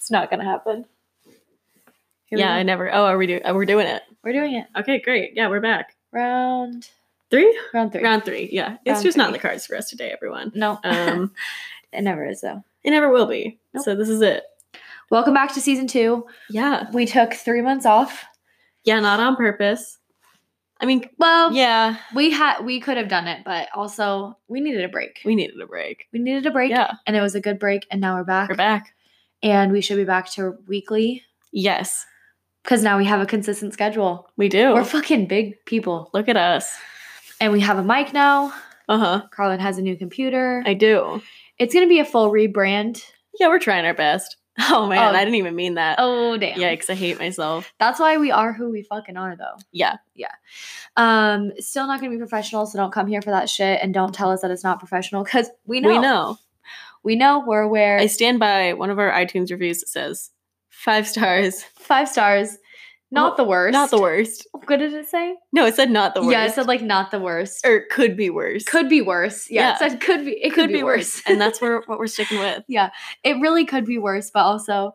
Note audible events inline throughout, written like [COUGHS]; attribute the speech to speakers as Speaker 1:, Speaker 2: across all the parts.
Speaker 1: It's not gonna happen. Here we
Speaker 2: yeah,
Speaker 1: go.
Speaker 2: I never. Oh, are we do? oh, We're doing it.
Speaker 1: we're doing it.
Speaker 2: Okay, great. Yeah, we're back.
Speaker 1: Round
Speaker 2: Three?
Speaker 1: round three.
Speaker 2: Round three. Yeah, it's
Speaker 1: Round
Speaker 2: just not in
Speaker 1: three.
Speaker 2: the cards for us today, [LAUGHS] everyone.
Speaker 1: no,
Speaker 2: Um,
Speaker 1: [LAUGHS] it never is though.
Speaker 2: it never will be.
Speaker 1: Nope.
Speaker 2: So this is it.
Speaker 1: Welcome back to season two.
Speaker 2: Yeah.
Speaker 1: We took three months off.
Speaker 2: Yeah, not on purpose. I mean,
Speaker 1: Well,
Speaker 2: yeah,
Speaker 1: we had we could have done it, but also we needed a break.
Speaker 2: we needed a break.
Speaker 1: We needed a break,
Speaker 2: Yeah,
Speaker 1: and it was a good break. And now we're back,
Speaker 2: we're back.
Speaker 1: and we should be back to weekly
Speaker 2: Yes,
Speaker 1: because now we have a consistent schedule.
Speaker 2: we do.
Speaker 1: We're fucking big people,
Speaker 2: Look at us.
Speaker 1: and we have a mic now.
Speaker 2: Uh huh.
Speaker 1: Carlin has a new computer.
Speaker 2: I do.
Speaker 1: it's gonna be a full rebrand.
Speaker 2: Yeah, we're trying our best. [LAUGHS] Oh man,
Speaker 1: Oh.
Speaker 2: I didn't even mean that.
Speaker 1: Oh damn!
Speaker 2: Yikes! I hate myself.
Speaker 1: That's why we are who we fucking are, though.
Speaker 2: Yeah.
Speaker 1: Um, still not gonna be professional, so don't come here for that shit and don't tell us that it's not professional because we know
Speaker 2: We know.
Speaker 1: we know we're aware.
Speaker 2: I stand by one of our iTunes reviews that says five stars,
Speaker 1: Five stars, not
Speaker 2: Oh,
Speaker 1: the worst.
Speaker 2: not the worst.
Speaker 1: What did it say?
Speaker 2: No, it said not the worst.
Speaker 1: Yeah, it said like not the worst.
Speaker 2: or could be worse.
Speaker 1: could be worse. Yeah,
Speaker 2: Yeah.
Speaker 1: it said could be. It could, be, worse.
Speaker 2: and that's where what we're sticking with.
Speaker 1: [LAUGHS] it really could be worse, but also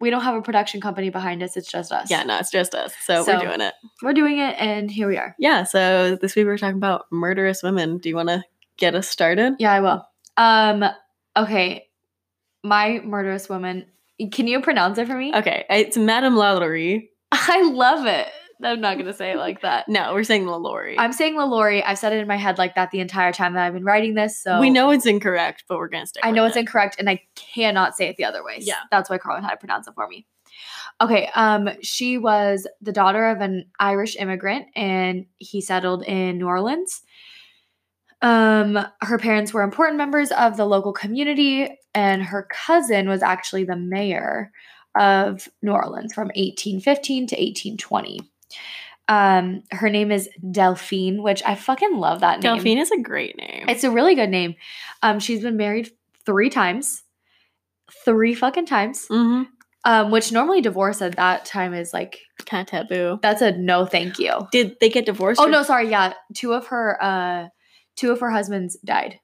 Speaker 1: we don't have a production company behind us. It's just us.
Speaker 2: Yeah, no, it's just us. So,
Speaker 1: So-
Speaker 2: we're doing it.
Speaker 1: we're doing it, and here we are.
Speaker 2: Yeah. So this week we're talking about murderous women. Do you want to get us started?
Speaker 1: Yeah, I will. Um, okay. My murderous woman. Can you pronounce it for me?
Speaker 2: Okay, it's Madame Lalaurie.
Speaker 1: [LAUGHS] I love it. I'm not gonna say it like
Speaker 2: [LAUGHS]
Speaker 1: that.
Speaker 2: No, we're saying Lalaurie.
Speaker 1: I'm saying LaLaurie. I've said it in my head like that the entire time that I've been writing this. So
Speaker 2: we know it's incorrect, but we're gonna stick.
Speaker 1: I
Speaker 2: with
Speaker 1: know it's
Speaker 2: it.
Speaker 1: incorrect, and I cannot say it the other way.
Speaker 2: Yeah.
Speaker 1: that's why Carlin had to pronounce it for me. Okay, um, she was the daughter of an Irish immigrant, and he settled in New Orleans. Um, her parents were important members of the local community, and her cousin was actually the mayor of New Orleans from 1815 to 1820. Um, her name is Delphine, which I fucking love that name.
Speaker 2: Delphine is a great name.
Speaker 1: It's a really good name. Um, she's been married three times, three fucking times.
Speaker 2: hmm
Speaker 1: Um, which normally divorce at that time is like
Speaker 2: kind of taboo.
Speaker 1: that's a no, thank you.
Speaker 2: Did they get divorced?
Speaker 1: Oh
Speaker 2: or-
Speaker 1: no, sorry, yeah, two of her, uh, two of her husbands died,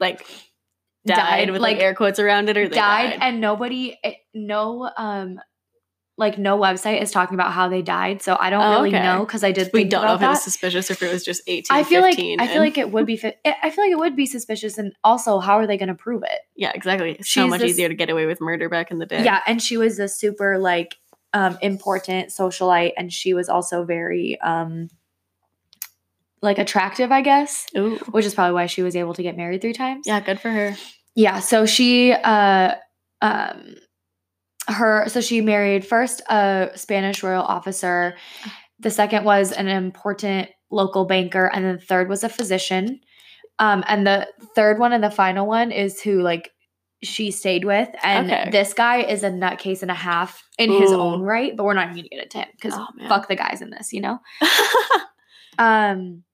Speaker 2: Like died, with like, air quotes around it, or they
Speaker 1: died,
Speaker 2: died.
Speaker 1: and nobody, it- no, um, like no website is talking about how they died. So I don't
Speaker 2: Oh,
Speaker 1: really
Speaker 2: okay.
Speaker 1: know because I did.
Speaker 2: we
Speaker 1: think
Speaker 2: don't know
Speaker 1: about
Speaker 2: if it was
Speaker 1: that.
Speaker 2: suspicious or if it was just eighteen.
Speaker 1: I feel like
Speaker 2: 15,
Speaker 1: I feel
Speaker 2: and-
Speaker 1: like it would be. Fi- I feel like it would be suspicious, and also, how are they going to prove it?
Speaker 2: yeah, exactly. so
Speaker 1: she's
Speaker 2: much
Speaker 1: this-
Speaker 2: easier to get away with murder back in the day.
Speaker 1: Yeah, and she was a super like um important socialite and she was also very um like attractive, I guess,
Speaker 2: Ooh.
Speaker 1: which is probably why she was able to get married three times.
Speaker 2: Yeah, good for her.
Speaker 1: Yeah, so she uh um her so she married first a Spanish royal officer, the second was an important local banker, and then the third was a physician. Um and the third one and the final one is who like she stayed with and
Speaker 2: Okay.
Speaker 1: this guy is a nutcase and a half in his
Speaker 2: Ooh.
Speaker 1: own right, but we're not even going to get into him cuz
Speaker 2: Oh, man.
Speaker 1: fuck the guys in this, you
Speaker 2: [LAUGHS]
Speaker 1: know. Um,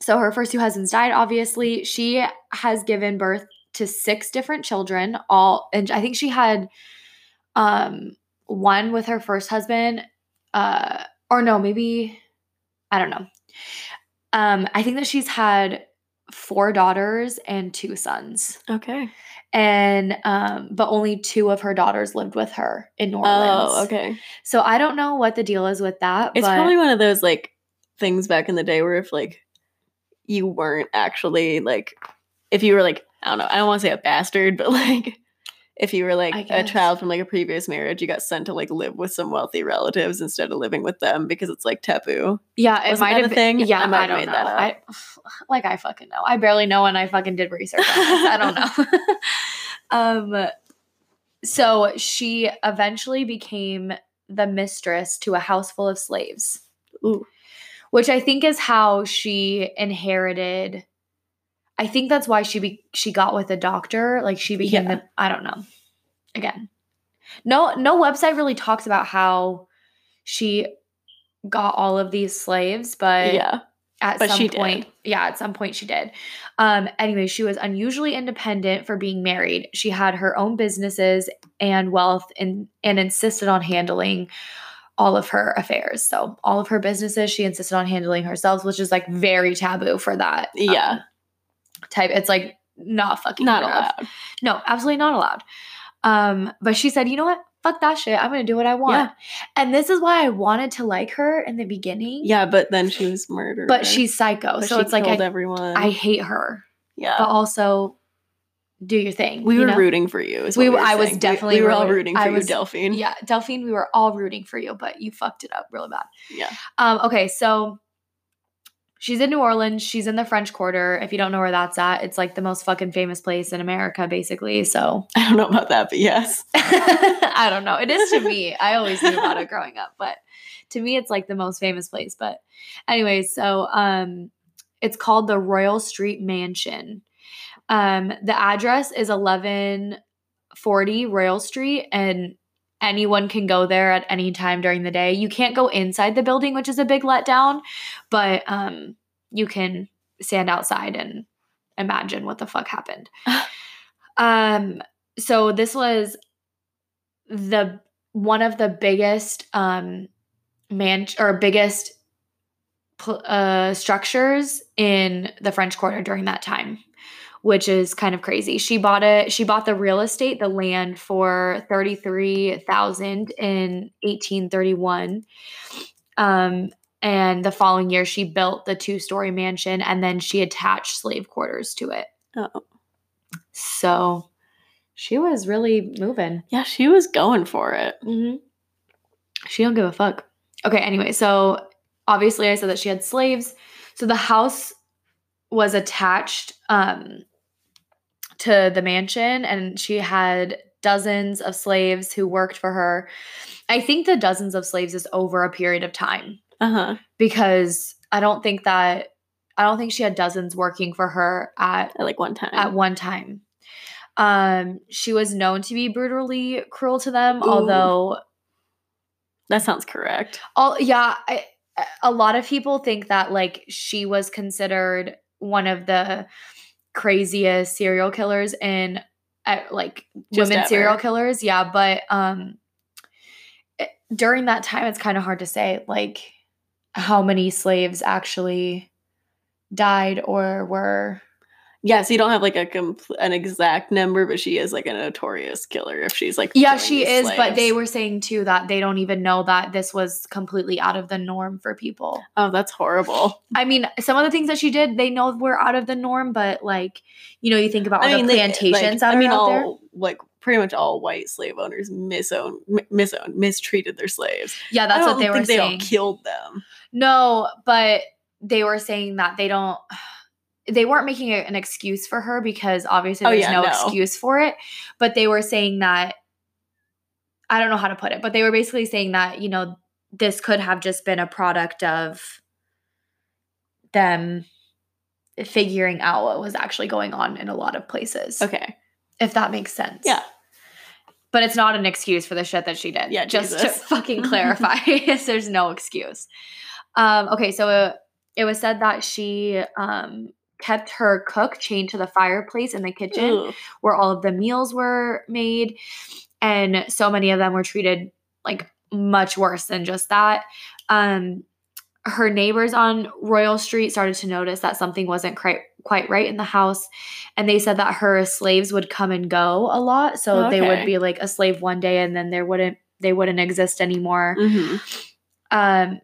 Speaker 1: so her first two husbands died, obviously. She has given birth to six different children, all and I think she had um one with her first husband, uh, or no, maybe I don't know. Um, I think that she's had four daughters and two sons.
Speaker 2: okay.
Speaker 1: And um, but only two of her daughters lived with her in New Orleans.
Speaker 2: Oh, okay.
Speaker 1: So I don't know what the deal is with that.
Speaker 2: It's
Speaker 1: but
Speaker 2: probably one of those like things back in the day where if like you weren't actually like if you were like I don't know, I don't want to say a bastard, [LAUGHS] but like if you were
Speaker 1: I
Speaker 2: like a
Speaker 1: guess.
Speaker 2: child from like a previous marriage, you got sent to like live with some wealthy relatives instead of living with them because it's like taboo.
Speaker 1: Yeah, it
Speaker 2: Wasn't
Speaker 1: might
Speaker 2: that
Speaker 1: have
Speaker 2: a
Speaker 1: been.
Speaker 2: thing?
Speaker 1: Yeah,
Speaker 2: I
Speaker 1: I,
Speaker 2: might have
Speaker 1: don't
Speaker 2: made
Speaker 1: know.
Speaker 2: that
Speaker 1: I, [SIGHS] like I fucking know. I barely know, and I fucking did research. On this. I don't know. [LAUGHS] um, so she eventually became the mistress to a house full of slaves,
Speaker 2: Ooh.
Speaker 1: which I think is how she inherited. I think that's why she be, she got with a doctor. Like she became
Speaker 2: Yeah.
Speaker 1: the. I don't know. Again, no no website really talks about how she got all of these slaves, but
Speaker 2: yeah.
Speaker 1: at
Speaker 2: But
Speaker 1: some
Speaker 2: she did.
Speaker 1: point yeah at some point she did um anyway she was unusually independent for being married she had her own businesses and wealth and and insisted on handling all of her affairs so all of her businesses she insisted on handling herself which is like very taboo for that um,
Speaker 2: Yeah.
Speaker 1: type it's like not fucking
Speaker 2: Not
Speaker 1: allowed
Speaker 2: allowed.
Speaker 1: no absolutely not allowed Um, but she said, you know what? Fuck that shit. I'm gonna do what I want. And this is why I wanted to like her in the beginning.
Speaker 2: Yeah, but then she was murdered.
Speaker 1: But she's psycho.
Speaker 2: But
Speaker 1: so
Speaker 2: she
Speaker 1: it's like
Speaker 2: killed
Speaker 1: I,
Speaker 2: everyone.
Speaker 1: I hate her.
Speaker 2: yeah.
Speaker 1: But also do your thing.
Speaker 2: we
Speaker 1: you
Speaker 2: were
Speaker 1: know?
Speaker 2: rooting for you. Is
Speaker 1: We
Speaker 2: what
Speaker 1: were-
Speaker 2: were
Speaker 1: I was
Speaker 2: saying. We-
Speaker 1: definitely
Speaker 2: We, were all
Speaker 1: rooting-
Speaker 2: rooting for
Speaker 1: I
Speaker 2: you,
Speaker 1: was-
Speaker 2: Delphine.
Speaker 1: Yeah, Delphine, we were all rooting for you, but you fucked it up really bad.
Speaker 2: Yeah.
Speaker 1: Um, okay, so she's in New Orleans. She's in the French Quarter. If you don't know where that's at, it's like the most fucking famous place in America, basically. So [LAUGHS]
Speaker 2: [LAUGHS] I don't know about that, but yes.
Speaker 1: I don't know. It is to me. I always knew about it growing up, but to me, it's like the most famous place. But anyway, so um, it's called the Royal Street Mansion. Um, the address is 1140 Royal Street, and anyone can go there at any time during the day. You can't go inside the building, which is a big letdown, but um, you can stand outside and imagine what the fuck happened. um, so this was the one of the biggest um man or biggest pl- uh structures in the French Quarter during that time which is kind of crazy. She bought it she bought the real estate, the land for 33,000 in 1831. Um and the following year she built the two-story mansion and then she attached slave quarters to it.
Speaker 2: Oh.
Speaker 1: So she was really moving.
Speaker 2: Yeah, she was going for it.
Speaker 1: Mm-hmm. She don't give a fuck. Okay, anyway, so obviously I said that she had slaves. So the house was attached um, to the mansion, and she had dozens of slaves who worked for her. I think the dozens of slaves is over a period of time
Speaker 2: Uh huh.
Speaker 1: because I don't think that I don't think she had dozens working for her at
Speaker 2: At like one time.
Speaker 1: at one time. Um, she was known to be brutally cruel to them,
Speaker 2: Ooh.
Speaker 1: although
Speaker 2: that sounds correct.
Speaker 1: all yeah, I, a lot of people think that like she was considered one of the craziest serial killers in uh, like
Speaker 2: Just
Speaker 1: women
Speaker 2: ever.
Speaker 1: serial killers. Yeah, but um, it- during that time, it's kind of hard to say like how many slaves actually died or were
Speaker 2: Yeah, so you don't have like a compl- an exact number, but she is like a notorious killer if she's like
Speaker 1: Yeah,
Speaker 2: killing
Speaker 1: she
Speaker 2: these
Speaker 1: is, but
Speaker 2: slaves.
Speaker 1: they were saying too that they don't even know that this was completely out of the norm for people.
Speaker 2: Oh, that's horrible.
Speaker 1: I mean, some of the things that she did, they know were out of the norm, but like, you know, you think about all the
Speaker 2: they-
Speaker 1: plantations
Speaker 2: like,
Speaker 1: that
Speaker 2: I mean,
Speaker 1: are out
Speaker 2: all
Speaker 1: there.
Speaker 2: like pretty much all white slave owners misown, mi- misown, mistreated their slaves.
Speaker 1: Yeah,
Speaker 2: I
Speaker 1: that's
Speaker 2: don't
Speaker 1: what they
Speaker 2: think
Speaker 1: were
Speaker 2: they
Speaker 1: saying.
Speaker 2: all killed them.
Speaker 1: no, but they were saying that they don't. [SIGHS] They weren't making a- an excuse for her because obviously
Speaker 2: Oh,
Speaker 1: there's
Speaker 2: yeah,
Speaker 1: no,
Speaker 2: no.
Speaker 1: excuse for it. But they were saying that I don't know how to put it, but they were basically saying that you know this could have just been a product of them figuring out what was actually going on in a lot of places.
Speaker 2: Okay,
Speaker 1: if that makes sense.
Speaker 2: Yeah.
Speaker 1: But it's not an excuse for the shit that she did.
Speaker 2: Yeah,
Speaker 1: just
Speaker 2: Jesus.
Speaker 1: to
Speaker 2: [LAUGHS]
Speaker 1: fucking clarify, [LAUGHS] there's no excuse. Um, okay, so uh, it was said that she um, kept her cook chained to the fireplace in the kitchen
Speaker 2: Ugh.
Speaker 1: where all of the meals were made. And so many of them were treated like much worse than just that. Um, her neighbors on Royal Street started to notice that something wasn't quite quite right in the house, and they said that her slaves would come and go a lot. So they would
Speaker 2: Okay.
Speaker 1: be like a slave one day, and then there wouldn't they wouldn't exist anymore.
Speaker 2: Mhm.
Speaker 1: Um,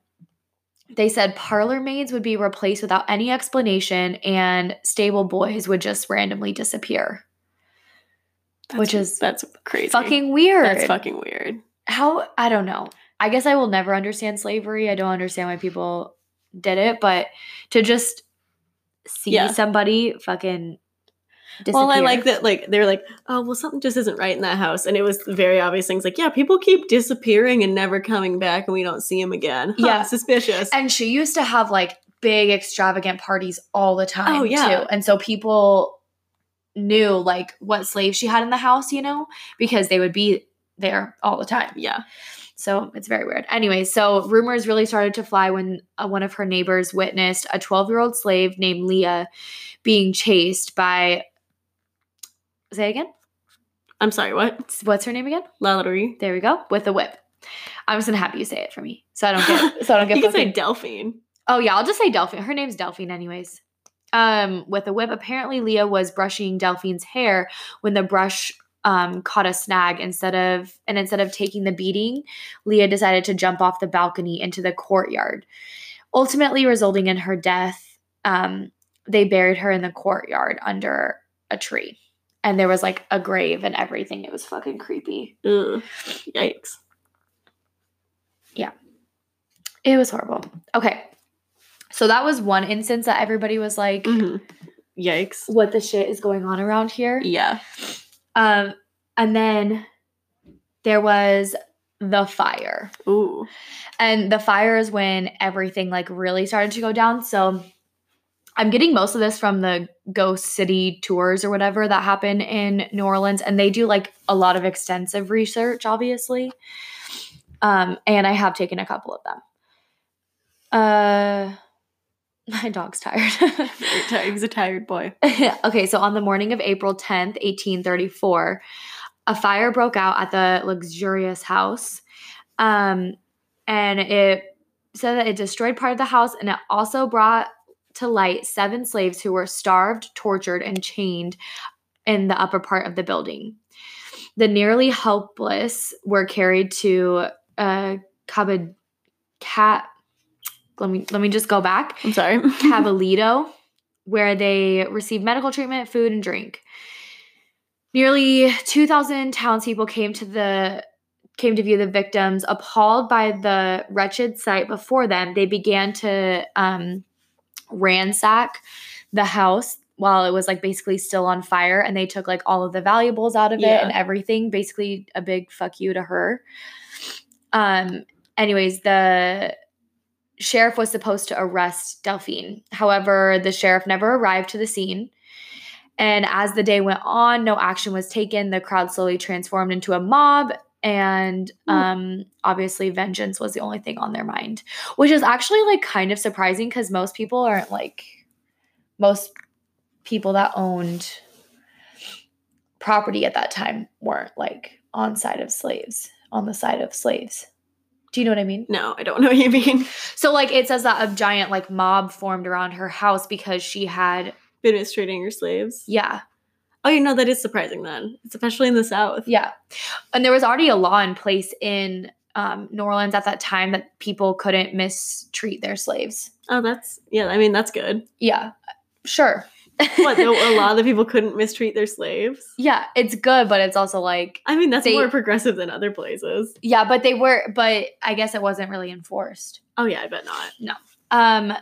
Speaker 1: they said parlor maids would be replaced without any explanation, and stable boys would just randomly disappear.
Speaker 2: That's-
Speaker 1: Which is
Speaker 2: that's crazy.
Speaker 1: Fucking weird.
Speaker 2: that's fucking weird.
Speaker 1: How I don't know. I guess I will never understand slavery. I don't understand why people did it, but to just see
Speaker 2: Yeah.
Speaker 1: somebody fucking disappear.
Speaker 2: Well, I like that. Like they're like, oh, well, something just isn't right in that house, and it was very obvious things. Like, yeah, people keep disappearing and never coming back, and we don't see them again. Huh,
Speaker 1: Yeah.
Speaker 2: suspicious.
Speaker 1: And she used to have like big extravagant parties all the time
Speaker 2: Oh, yeah.
Speaker 1: too. And so people knew like what slaves she had in the house, you know, because they would be there all the time.
Speaker 2: yeah,
Speaker 1: So it's very weird. Anyway, so rumors really started to fly when uh, one of her neighbors witnessed a 12 year old slave named Leah being chased by. Say it again.
Speaker 2: I'm sorry. What?
Speaker 1: What's her name again?
Speaker 2: Lalaurie.
Speaker 1: There we go. With a whip. I'm just gonna have you say it for me, so I don't get. So I don't get.
Speaker 2: [LAUGHS] You can say
Speaker 1: fucking-
Speaker 2: Delphine.
Speaker 1: oh yeah, I'll just say Delphine. Her name's Delphine, anyways. Um, with a whip. Apparently, Leah was brushing Delphine's hair when the brush um, caught a snag instead of and instead of taking the beating, Leah decided to jump off the balcony into the courtyard, ultimately resulting in her death. Um, they buried her in the courtyard under a tree, and there was like a grave and everything. It was fucking creepy.
Speaker 2: Ugh. Yikes.
Speaker 1: It was horrible. Okay, so that was one instance that everybody was like,
Speaker 2: hmm Yikes.
Speaker 1: "What the shit is going on around here?"
Speaker 2: Yeah.
Speaker 1: Um, and then there was the fire.
Speaker 2: Ooh.
Speaker 1: And the fire is when everything like really started to go down. So I'm getting most of this from the Ghost City tours or whatever that happen in New Orleans. And they do like a lot of extensive research, obviously. Um, and I have taken a couple of them. Uh [LAUGHS] my dog's tired. [LAUGHS]
Speaker 2: Very tired. He's a tired boy.
Speaker 1: okay, so on the morning of April 10th, 1834, a fire broke out at the luxurious house. Um, and it said that it destroyed part of the house and it also brought to light seven slaves who were starved, tortured, and chained in the upper part of the building. The nearly helpless were carried to uh, Cabad- Cat. Let me let me just go back.
Speaker 2: I'm sorry. [LAUGHS]
Speaker 1: Cavalito, where they received medical treatment, food, and drink. Nearly 2,000 townspeople came to the came to view the victims. Appalled by the wretched sight before them, they began to um, ransack the house while it was like basically still on fire, and they took like all of the valuables out of it
Speaker 2: Yeah.
Speaker 1: and everything. Basically, a big fuck you to her. Um. Anyways, the sheriff was supposed to arrest Delphine. However, the sheriff never arrived to the scene. And as the day went on, no action was taken. The crowd slowly transformed into a mob. And
Speaker 2: Hmm.
Speaker 1: um, obviously, vengeance was the only thing on their mind, which is actually like kind of surprising because most people aren't like most people that owned property at that time weren't like on side of slaves, on the side of slaves. Do you know what I mean?
Speaker 2: No, I don't know what you mean. [LAUGHS]
Speaker 1: So like it says that a giant like mob formed around her house because she had
Speaker 2: Been mistreating your slaves.
Speaker 1: yeah,
Speaker 2: Oh, you know, that is surprising then, especially in the South.
Speaker 1: yeah. And there was already a law in place in um, New Orleans at that time that people couldn't mistreat their slaves.
Speaker 2: Oh, that's, yeah, I mean, that's good.
Speaker 1: Yeah. Sure.
Speaker 2: What, though a lot of the people couldn't mistreat their slaves?
Speaker 1: [LAUGHS] yeah, it's good, but it's also like
Speaker 2: I mean, that's
Speaker 1: They-
Speaker 2: more progressive than other places.
Speaker 1: yeah, but they were but I guess it wasn't really enforced.
Speaker 2: Oh, yeah, I bet not.
Speaker 1: Um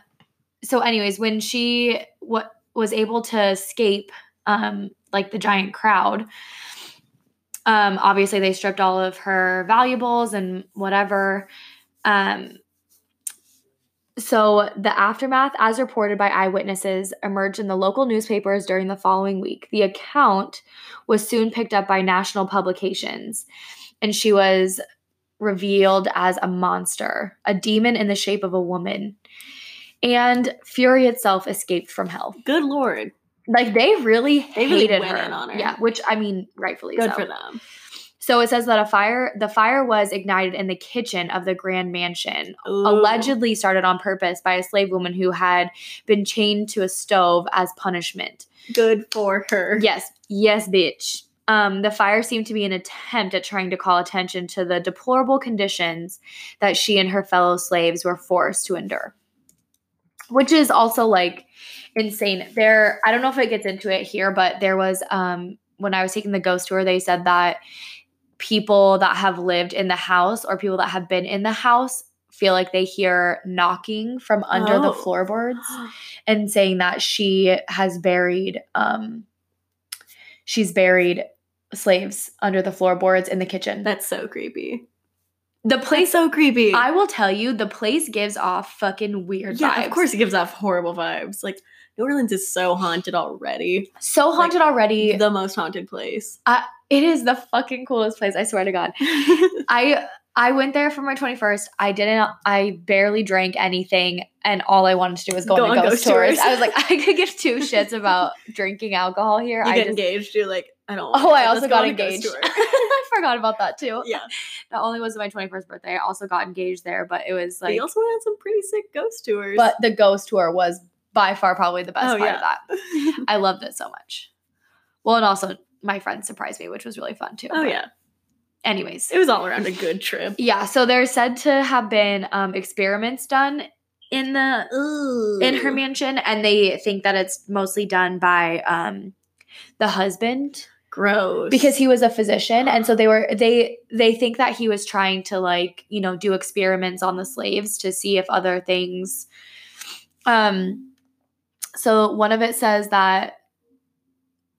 Speaker 1: so anyways, when she what was able to escape um like the giant crowd, um obviously they stripped all of her valuables and whatever. Um so the aftermath as reported by eyewitnesses emerged in the local newspapers during the following week. The account was soon picked up by national publications and she was revealed as a monster, a demon in the shape of a woman. And fury itself escaped from hell.
Speaker 2: Good Lord.
Speaker 1: Like they really
Speaker 2: They
Speaker 1: hated
Speaker 2: really went
Speaker 1: her.
Speaker 2: in on her.
Speaker 1: Yeah, which I mean, rightfully
Speaker 2: Good
Speaker 1: so.
Speaker 2: for them.
Speaker 1: So it says that a fire, the fire was ignited in the kitchen of the Grand Mansion,
Speaker 2: Ooh.
Speaker 1: allegedly started on purpose by a slave woman who had been chained to a stove as punishment.
Speaker 2: Good for her.
Speaker 1: Yes, yes, bitch. Um, the fire seemed to be an attempt at trying to call attention to the deplorable conditions that she and her fellow slaves were forced to endure, which is also like insane. There, I don't know if it gets into it here, but there was um, when I was taking the ghost tour, they said that people that have lived in the house or people that have been in the house feel like they hear knocking from under the
Speaker 2: Oh.
Speaker 1: floorboards and saying that she has buried um she's buried slaves under the floorboards in the kitchen.
Speaker 2: [GASPS] That's so creepy.
Speaker 1: the
Speaker 2: That's
Speaker 1: place
Speaker 2: so creepy.
Speaker 1: I will tell you, the place gives off fucking weird
Speaker 2: yeah,
Speaker 1: vibes.
Speaker 2: of course it gives off horrible vibes. Like New Orleans is so haunted already.
Speaker 1: So haunted already.
Speaker 2: The most haunted place.
Speaker 1: it is the fucking coolest place, I swear to
Speaker 2: [LAUGHS]
Speaker 1: God. I I went there for my 21st. I didn't I barely drank anything and all I wanted to do was go,
Speaker 2: Go
Speaker 1: on,
Speaker 2: on
Speaker 1: ghost,
Speaker 2: ghost
Speaker 1: tours.
Speaker 2: tours.
Speaker 1: I was like, [LAUGHS] I could give two shits about drinking alcohol here.
Speaker 2: you
Speaker 1: I
Speaker 2: get
Speaker 1: just
Speaker 2: engaged, you're like, I don't want
Speaker 1: Oh,
Speaker 2: to,
Speaker 1: I
Speaker 2: let's
Speaker 1: also
Speaker 2: go
Speaker 1: got
Speaker 2: on a ghost
Speaker 1: engaged.
Speaker 2: tour.
Speaker 1: [LAUGHS] I forgot about that too.
Speaker 2: yeah.
Speaker 1: Not only was it my 21st birthday, I also got engaged there, but it was
Speaker 2: They
Speaker 1: like
Speaker 2: also had some pretty sick ghost tours.
Speaker 1: but the ghost tour was by far probably the best
Speaker 2: Oh,
Speaker 1: part
Speaker 2: yeah.
Speaker 1: of that. I loved it so much. Well, and also my friend surprised me, which was really fun too.
Speaker 2: [LAUGHS] Oh
Speaker 1: But
Speaker 2: yeah,
Speaker 1: Anyways.
Speaker 2: it was all around a good trip.
Speaker 1: Yeah, so there's said to have been um, experiments done in the in her mansion, and they think that it's mostly done by um, the husband
Speaker 2: gross
Speaker 1: because he was a physician, and so they were they they think that he was trying to like you know do experiments on the slaves to see if other things. Um, so one of it says that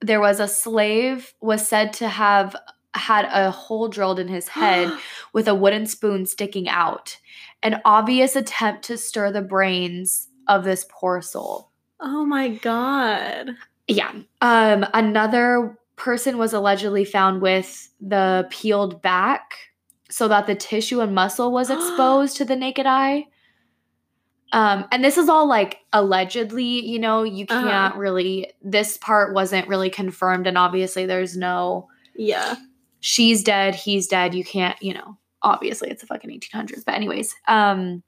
Speaker 1: there was a slave was said to have had a hole drilled in his head with a wooden spoon sticking out, an obvious attempt to stir the brains of this poor soul.
Speaker 2: [GASPS] oh my god.
Speaker 1: Yeah. Um, another person was allegedly found with the peeled back so that the tissue and muscle was exposed to the naked eye. Um, and this is all like allegedly, you know, you
Speaker 2: Uh-huh.
Speaker 1: can't really, this part wasn't really confirmed. And obviously, there's no,
Speaker 2: Yeah.
Speaker 1: she's dead, he's dead, you can't, you know, obviously it's the fucking 1800s. But anyways, um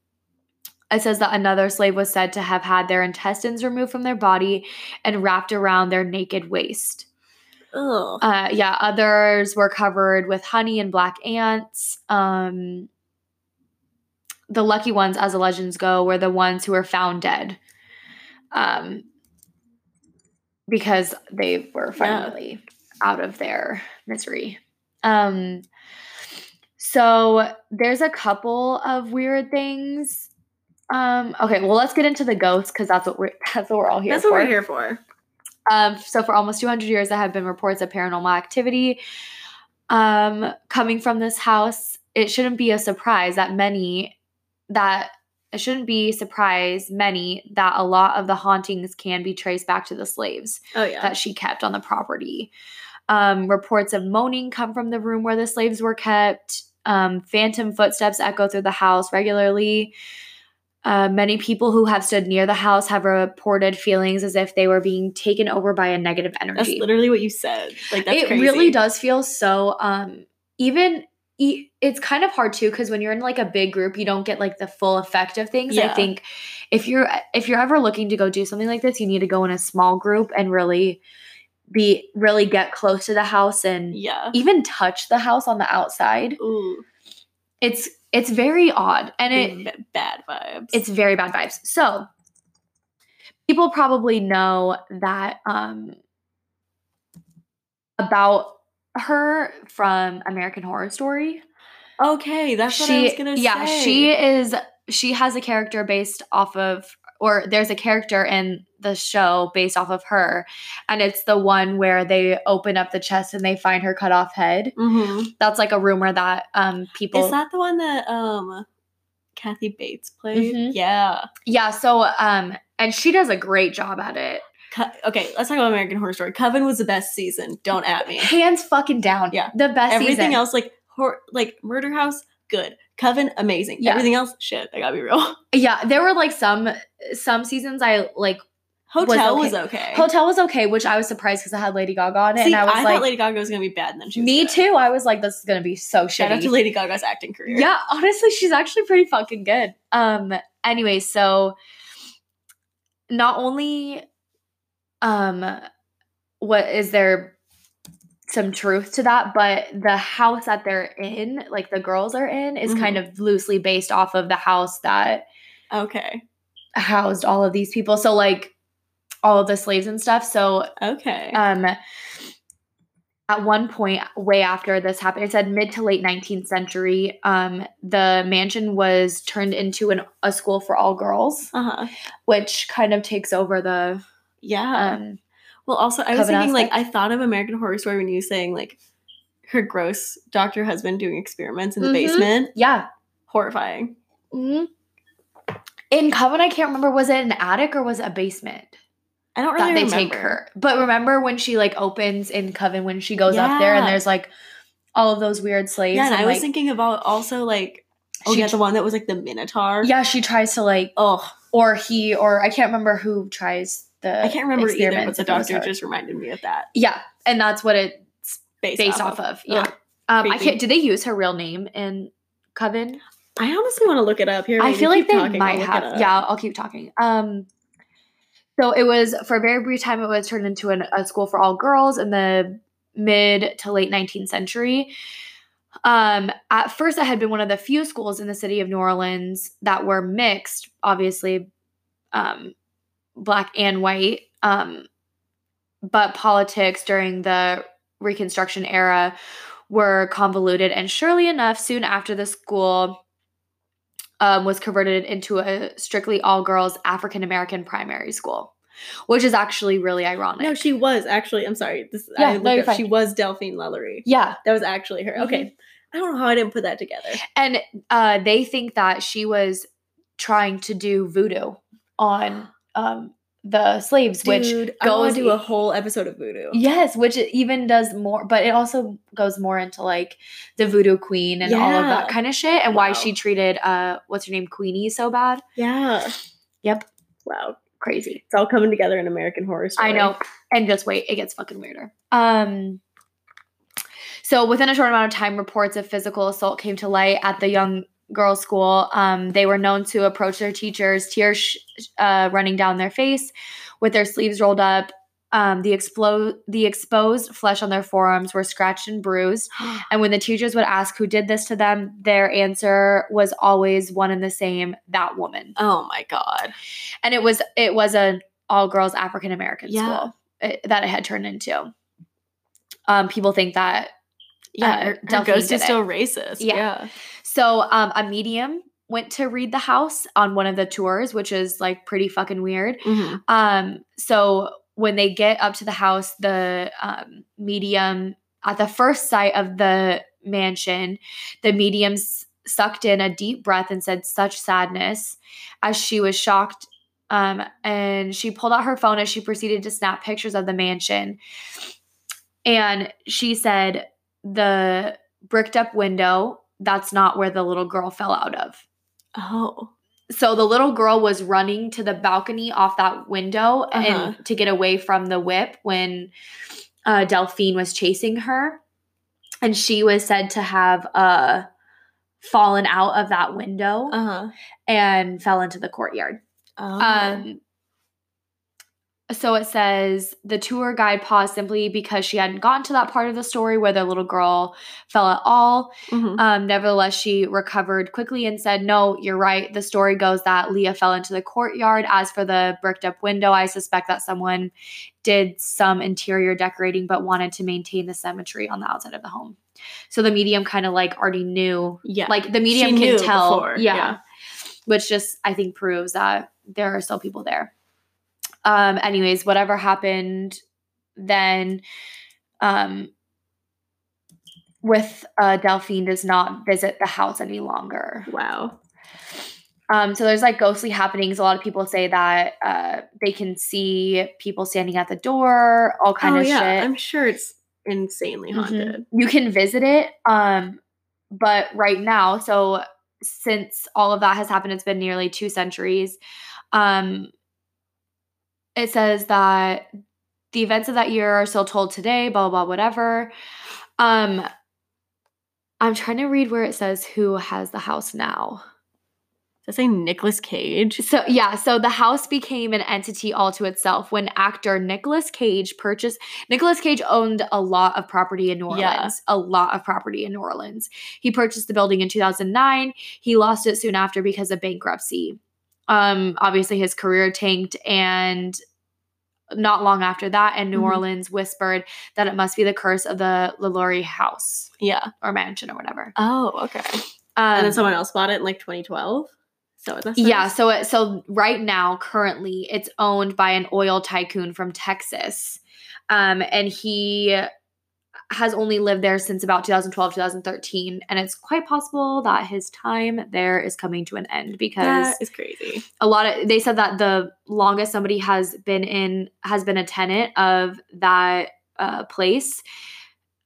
Speaker 1: it says that another slave was said to have had their intestines removed from their body and wrapped around their naked waist.
Speaker 2: Ugh.
Speaker 1: Uh yeah, others were covered with honey and black ants. Um the lucky ones as the legends go were the ones who were found dead. Um because they were finally out of their misery. Um so there's a couple of weird things. Um okay, well let's get into the ghosts cuz that's what we're [LAUGHS] that's what we're all here
Speaker 2: That's
Speaker 1: for.
Speaker 2: what we're here for.
Speaker 1: Um, so for almost 200 years, there have been reports of paranormal activity um, coming from this house. It shouldn't be a surprise that many that it shouldn't be surprise many that a lot of the hauntings can be traced back to the slaves
Speaker 2: Oh yeah.
Speaker 1: that she kept on the property. Um, reports of moaning come from the room where the slaves were kept. Um, phantom footsteps echo through the house regularly. Uh, many people who have stood near the house have reported feelings as if they were being taken over by a negative
Speaker 2: That's
Speaker 1: energy.
Speaker 2: literally what you said. Like that's
Speaker 1: It
Speaker 2: crazy.
Speaker 1: really does feel so. Um, even e- it's kind of hard too because when you're in like a big group, you don't get like the full effect of things. I
Speaker 2: Yeah.
Speaker 1: think if you're if you're ever looking to go do something like this, you need to go in a small group and really be really get close to the house and
Speaker 2: Yeah.
Speaker 1: even touch the house on the outside.
Speaker 2: Ooh.
Speaker 1: It's it's very odd and it
Speaker 2: big ba- bad vibes.
Speaker 1: it's very bad vibes. So people probably know that um about her from American Horror Story.
Speaker 2: okay. That's what I was gonna
Speaker 1: yeah,
Speaker 2: say.
Speaker 1: she is she has a character based off of or there's a character in the show based off of her and it's the one where they open up the chest and they find her cut off head.
Speaker 2: Mm-hmm.
Speaker 1: That's like a rumor that um people
Speaker 2: Is that the one that um Kathy Bates played?
Speaker 1: Mhm.
Speaker 2: Yeah.
Speaker 1: Yeah, so um and she does a great job at it.
Speaker 2: Co- okay, let's talk about American Horror Story. Coven was the best season. Don't
Speaker 1: [LAUGHS]
Speaker 2: at me.
Speaker 1: Hands fucking down.
Speaker 2: Yeah.
Speaker 1: The best
Speaker 2: Everything
Speaker 1: season.
Speaker 2: else, like hor- like Murder House, good. Coven, amazing.
Speaker 1: Yeah.
Speaker 2: Everything else, shit. I gotta be real. [LAUGHS]
Speaker 1: Yeah, there were like some some seasons I like
Speaker 2: Hotel
Speaker 1: okay.
Speaker 2: was okay.
Speaker 1: Hotel was okay, which I was surprised because I had Lady Gaga on it,
Speaker 2: See,
Speaker 1: and I was like,
Speaker 2: thought Lady Gaga was gonna be bad, and then she was
Speaker 1: me
Speaker 2: good.
Speaker 1: too. I was like, this is gonna be so
Speaker 2: Shout out to
Speaker 1: shitty.
Speaker 2: Lady Gaga's acting career.
Speaker 1: Yeah, honestly, she's actually pretty fucking good. Um. Anyway, so not only um, what is there some truth to that, but the house that they're in, like the girls are in,
Speaker 2: Mm-hmm.
Speaker 1: is kind of loosely based off of the house that
Speaker 2: Okay.
Speaker 1: housed all of these people. So like all of the slaves and stuff. So
Speaker 2: Okay.
Speaker 1: um at one point way after this happened, it said mid to late 19th century, um, the mansion was turned into an a school for all girls,
Speaker 2: Uh huh.
Speaker 1: which kind of takes over the
Speaker 2: Yeah.
Speaker 1: um
Speaker 2: well, also, I was
Speaker 1: Coven
Speaker 2: thinking like
Speaker 1: aspect.
Speaker 2: I thought of American Horror Story when you were saying like her gross doctor husband doing experiments in the
Speaker 1: Mhm.
Speaker 2: basement.
Speaker 1: yeah.
Speaker 2: Horrifying. Mm-hmm.
Speaker 1: Mhm. In Coven, I can't remember, was it an attic or was it a basement
Speaker 2: I don't really
Speaker 1: that they
Speaker 2: remember.
Speaker 1: take her? But remember when she like opens in Coven when she goes up there and
Speaker 2: Yeah.
Speaker 1: there's like all of those weird slaves.
Speaker 2: Yeah, and I was
Speaker 1: like,
Speaker 2: thinking about also like oh
Speaker 1: she
Speaker 2: yeah, the one that was like the Minotaur.
Speaker 1: Yeah, she tries to like,
Speaker 2: Oh,
Speaker 1: or he, or I can't remember who tries the.
Speaker 2: I can't remember either, but
Speaker 1: experiments,
Speaker 2: the
Speaker 1: if it was
Speaker 2: doctor
Speaker 1: her.
Speaker 2: just reminded me of that
Speaker 1: Yeah, and that's what it's
Speaker 2: based,
Speaker 1: based, off, of. Yeah,
Speaker 2: Ugh,
Speaker 1: um, I
Speaker 2: creepy.
Speaker 1: can't. Do they use her real name in Coven?
Speaker 2: I honestly want to look it up here.
Speaker 1: I
Speaker 2: baby,
Speaker 1: feel
Speaker 2: keep
Speaker 1: like they
Speaker 2: talking, I'll
Speaker 1: might
Speaker 2: look it
Speaker 1: have.
Speaker 2: up.
Speaker 1: Yeah, I'll keep talking. Um, so it was for a very brief time. It was turned into an, a school for all girls, and the mid to late 19th century. Um, at first, it had been one of the few schools in the city of New Orleans that were mixed, obviously, um, black and white. Um, but politics during the Reconstruction era were convoluted, and surely enough, soon after the school um, was converted into a strictly all girls African American primary school, which is actually really ironic.
Speaker 2: No, she was actually. I'm sorry. This
Speaker 1: Yeah,
Speaker 2: I
Speaker 1: no,
Speaker 2: looked
Speaker 1: you're
Speaker 2: up,
Speaker 1: fine.
Speaker 2: She was Delphine Lullery.
Speaker 1: yeah,
Speaker 2: That was actually her. Okay.
Speaker 1: Mm-hmm.
Speaker 2: I don't know how I didn't put that together.
Speaker 1: and uh, they think that she was trying to do voodoo on um, the slaves, which
Speaker 2: Dude, I want
Speaker 1: goes
Speaker 2: to do a
Speaker 1: e-
Speaker 2: whole episode of voodoo.
Speaker 1: yes, which it even does more, but it also goes more into like the voodoo queen and all of that
Speaker 2: Yeah.
Speaker 1: kind of shit, and why
Speaker 2: Wow.
Speaker 1: she treated uh, what's her name Queenie so bad.
Speaker 2: Yeah.
Speaker 1: Yep.
Speaker 2: Wow.
Speaker 1: Crazy.
Speaker 2: It's all coming together in American Horror Story.
Speaker 1: I know. And just wait, it gets fucking weirder. Um so within a short amount of time, reports of physical assault came to light at the young girls' school. Um, they were known to approach their teachers, tears sh- uh, running down their face, with their sleeves rolled up. Um, the explo- the exposed flesh on their forearms were scratched and bruised. And when the teachers would ask who did this to them, their answer was always one and the same: that woman
Speaker 2: Oh my God.
Speaker 1: and it was it was an all girls African American
Speaker 2: Yeah.
Speaker 1: school it, that it had turned into. Um, people think that
Speaker 2: Yeah.
Speaker 1: Uh,
Speaker 2: her- her
Speaker 1: Delphine
Speaker 2: ghost
Speaker 1: did
Speaker 2: is
Speaker 1: it.
Speaker 2: still racist.
Speaker 1: Yeah. so. Um, a medium went to read the house on one of the tours, which is like pretty fucking weird.
Speaker 2: Mhm.
Speaker 1: Um, so when they get up to the house, the um, medium at the first sight of the mansion, the medium s- sucked in a deep breath and said such sadness as she was shocked. Um, and she pulled out her phone as she proceeded to snap pictures of the mansion. And she said, The bricked up window, that's not where the little girl fell out of
Speaker 2: Oh.
Speaker 1: so the little girl was running to the balcony off that window
Speaker 2: Uh-huh.
Speaker 1: and to get away from the whip when uh, Delphine was chasing her, and she was said to have uh, fallen out of that window
Speaker 2: Uh-huh.
Speaker 1: and fell into the courtyard.
Speaker 2: Oh.
Speaker 1: Um, so it says the tour guide paused simply because she hadn't gotten to that part of the story where the little girl fell at all.
Speaker 2: Mhm.
Speaker 1: Um, nevertheless, she recovered quickly and said, No, you're right. The story goes that Leah fell into the courtyard. As for the bricked up window, I suspect that someone did some interior decorating but wanted to maintain the symmetry on the outside of the home. So the medium kind of like already knew.
Speaker 2: yeah.
Speaker 1: Like the medium can
Speaker 2: knew
Speaker 1: tell.
Speaker 2: before,
Speaker 1: yeah,
Speaker 2: yeah.
Speaker 1: Which just, I think, proves that there are still people there. Um, anyways, whatever happened then um, with uh, Delphine does not visit the house any longer.
Speaker 2: wow.
Speaker 1: Um, so there's like ghostly happenings. A lot of people say that uh, they can see people standing at the door, all kind
Speaker 2: oh
Speaker 1: of
Speaker 2: yeah.
Speaker 1: shit.
Speaker 2: I'm sure it's insanely
Speaker 1: Mhm.
Speaker 2: haunted.
Speaker 1: You can visit it, um, but right now, so since all of that has happened, it's been nearly two centuries. Um, it says that the events of that year are still told today. Blah blah, blah whatever. Um, I'm trying to read where it says who has the house now.
Speaker 2: Does it say Nicolas Cage?
Speaker 1: So yeah, so the house became an entity all to itself when actor Nicolas Cage purchased Nicolas Cage owned a lot of property in New Orleans,
Speaker 2: Yeah.
Speaker 1: a lot of property in New Orleans. He purchased the building in 2009. He lost it soon after because of bankruptcy. Um obviously his career tanked and not long after that and New
Speaker 2: Mhm.
Speaker 1: Orleans whispered that it must be the curse of the LaLaurie house
Speaker 2: Yeah.
Speaker 1: or mansion or whatever.
Speaker 2: Oh, okay.
Speaker 1: Um,
Speaker 2: and then someone else bought it in like 2012. So that's
Speaker 1: Yeah, so it, so right now currently it's owned by an oil tycoon from Texas. Um and he has only lived there since about 2012 2013 and it's quite possible that his time there is coming to an end because
Speaker 2: That is crazy.
Speaker 1: a lot of they said that the longest somebody has been in has been a tenant of that uh, place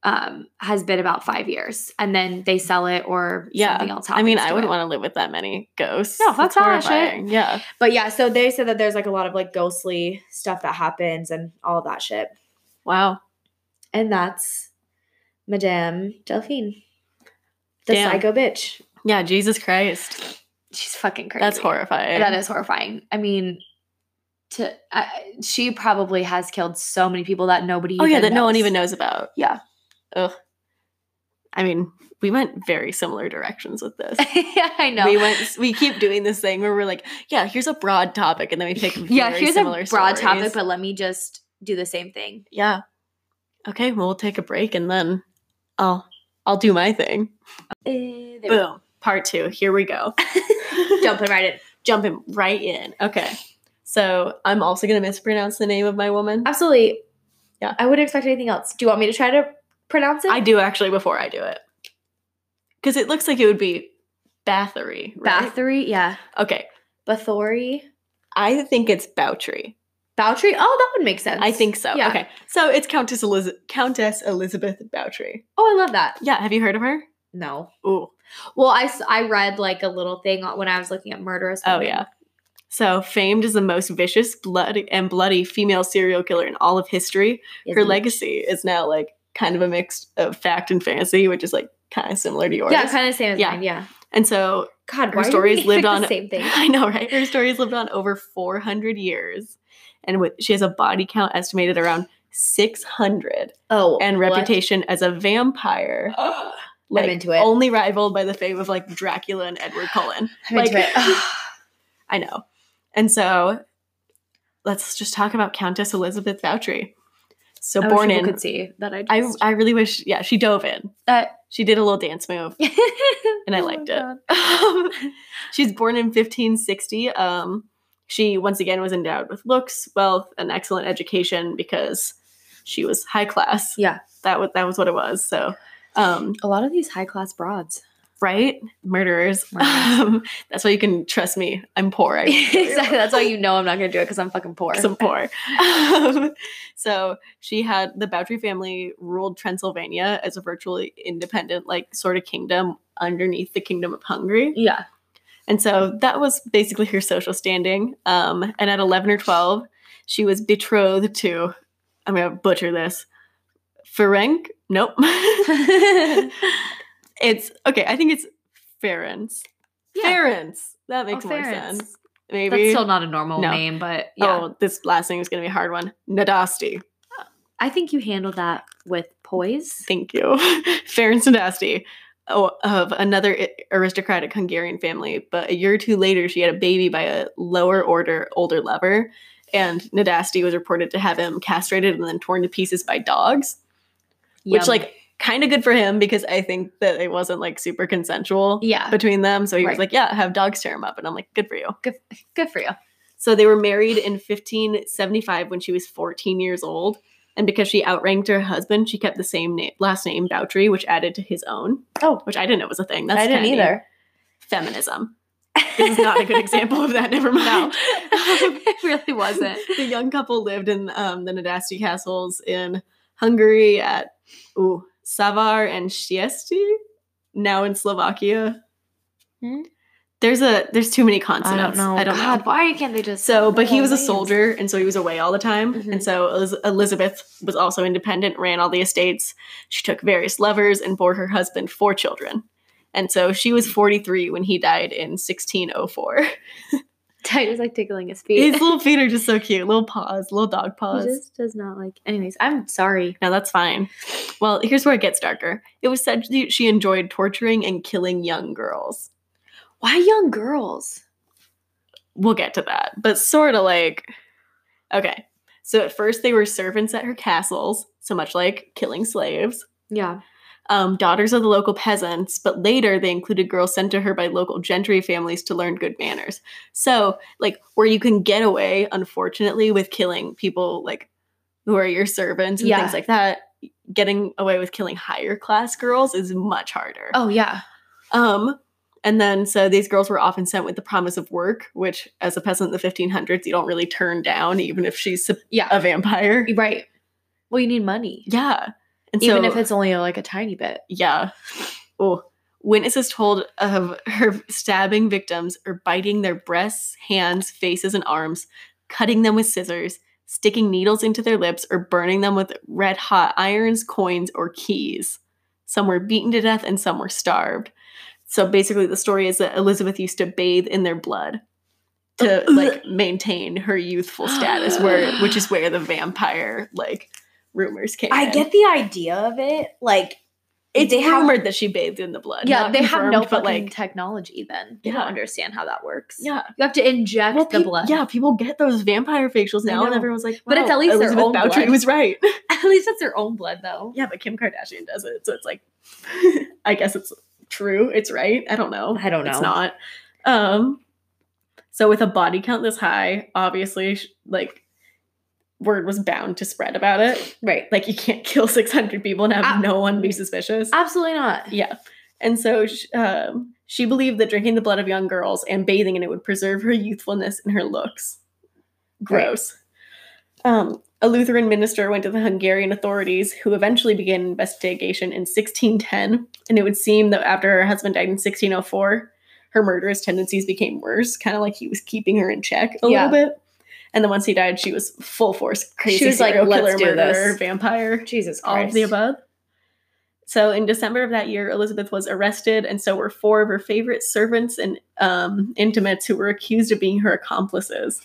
Speaker 1: um has been about 5 years and then they sell it or
Speaker 2: Yeah.
Speaker 1: something else happens
Speaker 2: I mean,
Speaker 1: to
Speaker 2: I wouldn't
Speaker 1: it.
Speaker 2: want to live with that many ghosts.
Speaker 1: No, fuck
Speaker 2: That's
Speaker 1: that shit.
Speaker 2: horrifying. Yeah.
Speaker 1: But yeah, so they said that there's like a lot of like ghostly stuff that happens and all that shit.
Speaker 2: Wow.
Speaker 1: And that's Madame Delphine, the
Speaker 2: Damn.
Speaker 1: psycho bitch.
Speaker 2: Yeah, Jesus Christ.
Speaker 1: She's fucking crazy.
Speaker 2: That's horrifying.
Speaker 1: That is horrifying. I mean, to I she probably has killed so many people that nobody
Speaker 2: Oh yeah,
Speaker 1: even
Speaker 2: that no one
Speaker 1: knows. [LAUGHS]
Speaker 2: even knows about.
Speaker 1: Yeah.
Speaker 2: Ugh. I mean, we went very similar directions with this.
Speaker 1: yeah, [LAUGHS] I know.
Speaker 2: We went. We keep doing this thing where we're like, yeah, here's a broad topic, and then we pick.
Speaker 1: [LAUGHS] yeah,
Speaker 2: very
Speaker 1: here's a
Speaker 2: similar
Speaker 1: broad
Speaker 2: stories.
Speaker 1: topic, but let me just do the same thing.
Speaker 2: yeah. Okay, well, we'll take a break, and then I'll I'll do my thing.
Speaker 1: Eh, there we
Speaker 2: Boom. Part two. Here
Speaker 1: [LAUGHS]
Speaker 2: we go. [LAUGHS]
Speaker 1: go. Jumping right in.
Speaker 2: Jumping right in. Okay. So I'm also gonna mispronounce the name of my woman.
Speaker 1: Absolutely.
Speaker 2: Yeah.
Speaker 1: I wouldn't expect anything else. Do you want me to try to pronounce it?
Speaker 2: I do actually before I do it, because it looks like it would be Bathory. Right?
Speaker 1: Bathory, yeah.
Speaker 2: Okay.
Speaker 1: Bathory.
Speaker 2: I think it's Bouchery.
Speaker 1: Bowtry? Oh, that would make sense.
Speaker 2: I think so.
Speaker 1: Yeah.
Speaker 2: Okay. So it's Countess Eliz- Countess Elizabeth Bouchery.
Speaker 1: Oh, I love that.
Speaker 2: Yeah, have you heard of her?
Speaker 1: No.
Speaker 2: Ooh.
Speaker 1: Well, I, s- I read like a little thing on- when I was looking at murderous.
Speaker 2: Oh
Speaker 1: women.
Speaker 2: yeah. So famed as the most vicious, bloody and bloody female serial killer in all of history, her
Speaker 1: Isn't-
Speaker 2: legacy is now like kind of a mix of fact and fantasy, which is like kind of similar to yours.
Speaker 1: Yeah, kind of same as
Speaker 2: Yeah.
Speaker 1: mine. Yeah.
Speaker 2: and so [LAUGHS]
Speaker 1: God,
Speaker 2: her
Speaker 1: why
Speaker 2: story
Speaker 1: did
Speaker 2: has
Speaker 1: we
Speaker 2: lived
Speaker 1: pick
Speaker 2: on
Speaker 1: the same thing.
Speaker 2: I know, right? Her story has lived on over 400 years, and with, she has a body count estimated around 600,
Speaker 1: [LAUGHS] Oh,
Speaker 2: and
Speaker 1: what? [GASPS]
Speaker 2: reputation as a vampire.
Speaker 1: [SIGHS] Ugh,
Speaker 2: like
Speaker 1: into it.
Speaker 2: only rivaled by the fame of like Dracula and Edward Cullen.
Speaker 1: I'm into [LAUGHS]
Speaker 2: Like-
Speaker 1: it. Ugh.
Speaker 2: I know. And so let's just talk about Countess Elizabeth Bouchery. So
Speaker 1: I wish
Speaker 2: born
Speaker 1: people
Speaker 2: in
Speaker 1: could see that I.
Speaker 2: I
Speaker 1: Just,
Speaker 2: I really wish yeah, she dove in.
Speaker 1: That- [LAUGHS]
Speaker 2: she did a little dance move. and I
Speaker 1: Oh my
Speaker 2: liked it.
Speaker 1: [LAUGHS] God. Um,
Speaker 2: She's born in 1560. Um she once again was endowed with looks, wealth, and excellent education because she was high class.
Speaker 1: Yeah.
Speaker 2: That was that was what it was. So um
Speaker 1: A lot of these high class [LAUGHS] broads.
Speaker 2: right? Murderers.
Speaker 1: Murderers.
Speaker 2: Um, that's why you can trust me. I'm poor.
Speaker 1: [LAUGHS]
Speaker 2: I
Speaker 1: exactly. That's
Speaker 2: [LAUGHS]
Speaker 1: why you know I'm not gonna do it because I'm fucking [LAUGHS] poor.
Speaker 2: I'm poor. Um, so she had the Boucherie family ruled Transylvania as a virtually independent, like sort of kingdom underneath the kingdom of Hungary.
Speaker 1: yeah. [LAUGHS]
Speaker 2: And so that was basically her social standing. Um, and at 11 or 12, she was betrothed to, I'm going to butcher this, Ferenc? Nope. [LAUGHS] it's, okay, I think it's Ferenc.
Speaker 1: yeah.
Speaker 2: Ference. That makes
Speaker 1: Oh,
Speaker 2: more
Speaker 1: Ference.
Speaker 2: sense. Maybe.
Speaker 1: That's still not a normal
Speaker 2: No.
Speaker 1: name, but yeah.
Speaker 2: Oh, this last name is going to be a hard one. Nadasti.
Speaker 1: I think you handled that with poise.
Speaker 2: Thank you. [LAUGHS] Ference Nadasti. Oh, of another i- aristocratic Hungarian family, but a year or two later, she had a baby by a lower order older lover, and Nadasti was reported to have him castrated and then torn to pieces by dogs, which
Speaker 1: Yum.
Speaker 2: like kind of good for him because I think that it wasn't like super consensual
Speaker 1: yeah,
Speaker 2: between them. So he was
Speaker 1: Right.
Speaker 2: like, "Yeah, have dogs tear him up," and I'm like, "Good for you."
Speaker 1: good, good for you.
Speaker 2: So they were married in 1575 when she was 14 years old. And because she outranked her husband, she kept the same na- last name, Bouchery, which added to his own.
Speaker 1: Oh.
Speaker 2: which I didn't know was a thing. That's kinda neat. Feminism. This is not a [LAUGHS] good example of that. Never
Speaker 1: No,
Speaker 2: mind.
Speaker 1: [LAUGHS] it really wasn't.
Speaker 2: the young couple lived in um, the Nadasti castles in Hungary at ooh, Savar and Siesti, now in Slovakia.
Speaker 1: Hmm?
Speaker 2: There's a there's too many consonants. I don't know.
Speaker 1: God, why can't they just?
Speaker 2: So, but he
Speaker 1: Oh,
Speaker 2: was a
Speaker 1: names.
Speaker 2: soldier, and so he was away all the time.
Speaker 1: Mhm.
Speaker 2: And so Eliz- Elizabeth was also independent, ran all the estates. She took various lovers and bore her husband four children. And so she was 43 when he died in 1604.
Speaker 1: Tiger's like tickling his feet.
Speaker 2: His little feet are just so cute. Little paws, little
Speaker 1: He
Speaker 2: dog paws.
Speaker 1: just does not like. Anyways, I'm sorry.
Speaker 2: No, that's fine. Well, here's where it gets darker. It was said that she enjoyed torturing and killing young girls.
Speaker 1: Why young girls?
Speaker 2: We'll get to that, but sort of like, okay. So at first they were servants at her castles, so much like killing slaves.
Speaker 1: Yeah.
Speaker 2: um, daughters of the local peasants, but later they included girls sent to her by local gentry families to learn good manners. So, like, where you can get away, unfortunately, with killing people like who are your servants and
Speaker 1: Yeah.
Speaker 2: things like that, getting away with killing higher class girls is much harder.
Speaker 1: Oh yeah.
Speaker 2: Um, and then so these girls were often sent with the promise of work, which as a peasant in the 1500s, you don't really turn down, even if she's a-
Speaker 1: Yeah.
Speaker 2: a vampire.
Speaker 1: Right. Well, you need money,
Speaker 2: Yeah. And
Speaker 1: even
Speaker 2: so-
Speaker 1: if it's only like a tiny bit.
Speaker 2: yeah. Oh. Witnesses told of her stabbing victims or biting their breasts, hands, faces, and arms, cutting them with scissors, sticking needles into their lips, or burning them with red hot irons, coins, or keys. Some were beaten to death and some were starved. So basically, the story is that Elizabeth used to bathe in their blood. to like maintain her youthful status where
Speaker 3: [GASPS]
Speaker 2: which is where the vampire like rumors came
Speaker 3: I
Speaker 2: in.
Speaker 3: get the idea of it. Like
Speaker 2: it's
Speaker 3: they have-
Speaker 2: rumored that she bathed in the blood
Speaker 1: yeah,
Speaker 2: not
Speaker 1: they have no
Speaker 2: confirmed, but
Speaker 1: fucking
Speaker 2: like
Speaker 1: technology. Then they
Speaker 2: Yeah.
Speaker 1: don't understand how that works.
Speaker 2: yeah
Speaker 1: you have to inject
Speaker 2: Well,
Speaker 1: the
Speaker 2: peop-
Speaker 1: blood.
Speaker 2: yeah people get those vampire facials
Speaker 1: I
Speaker 2: now and
Speaker 1: know.
Speaker 2: everyone's like
Speaker 1: But it's
Speaker 2: wow,
Speaker 1: at least their
Speaker 2: Elizabeth
Speaker 1: own
Speaker 2: Boucher
Speaker 1: blood.
Speaker 2: was right
Speaker 1: [LAUGHS] at least it's their own blood though.
Speaker 2: [LAUGHS] yeah but Kim Kardashian does it so it's like [LAUGHS] I guess it's true it's right I don't know
Speaker 1: I don't know.
Speaker 2: It's not. Um, so with a body count this high, obviously, sh- like word was bound to spread about it.
Speaker 1: Right.
Speaker 2: Like you can't kill 600 people and have
Speaker 1: Ah.
Speaker 2: no one be suspicious.
Speaker 1: Absolutely not.
Speaker 2: yeah. And so sh- um, she believed that drinking the blood of young girls and bathing in it would preserve her youthfulness and her looks. Gross. Um, a Lutheran minister went to the Hungarian authorities, who eventually began an investigation in 1610. And it would seem that after her husband died in 1604, her murderous tendencies became worse, kind of like he was keeping her in check a
Speaker 1: Yeah.
Speaker 2: little bit. And then once he died, she was full force crazy
Speaker 1: was like,
Speaker 2: serial killer,
Speaker 1: "Let's do
Speaker 2: murderer,
Speaker 1: this."
Speaker 2: vampire
Speaker 1: Jesus
Speaker 2: all
Speaker 1: Christ.
Speaker 2: of the above. So in December of that year, Elizabeth was arrested, and so were four of her favorite servants and um, intimates who were accused of being her accomplices.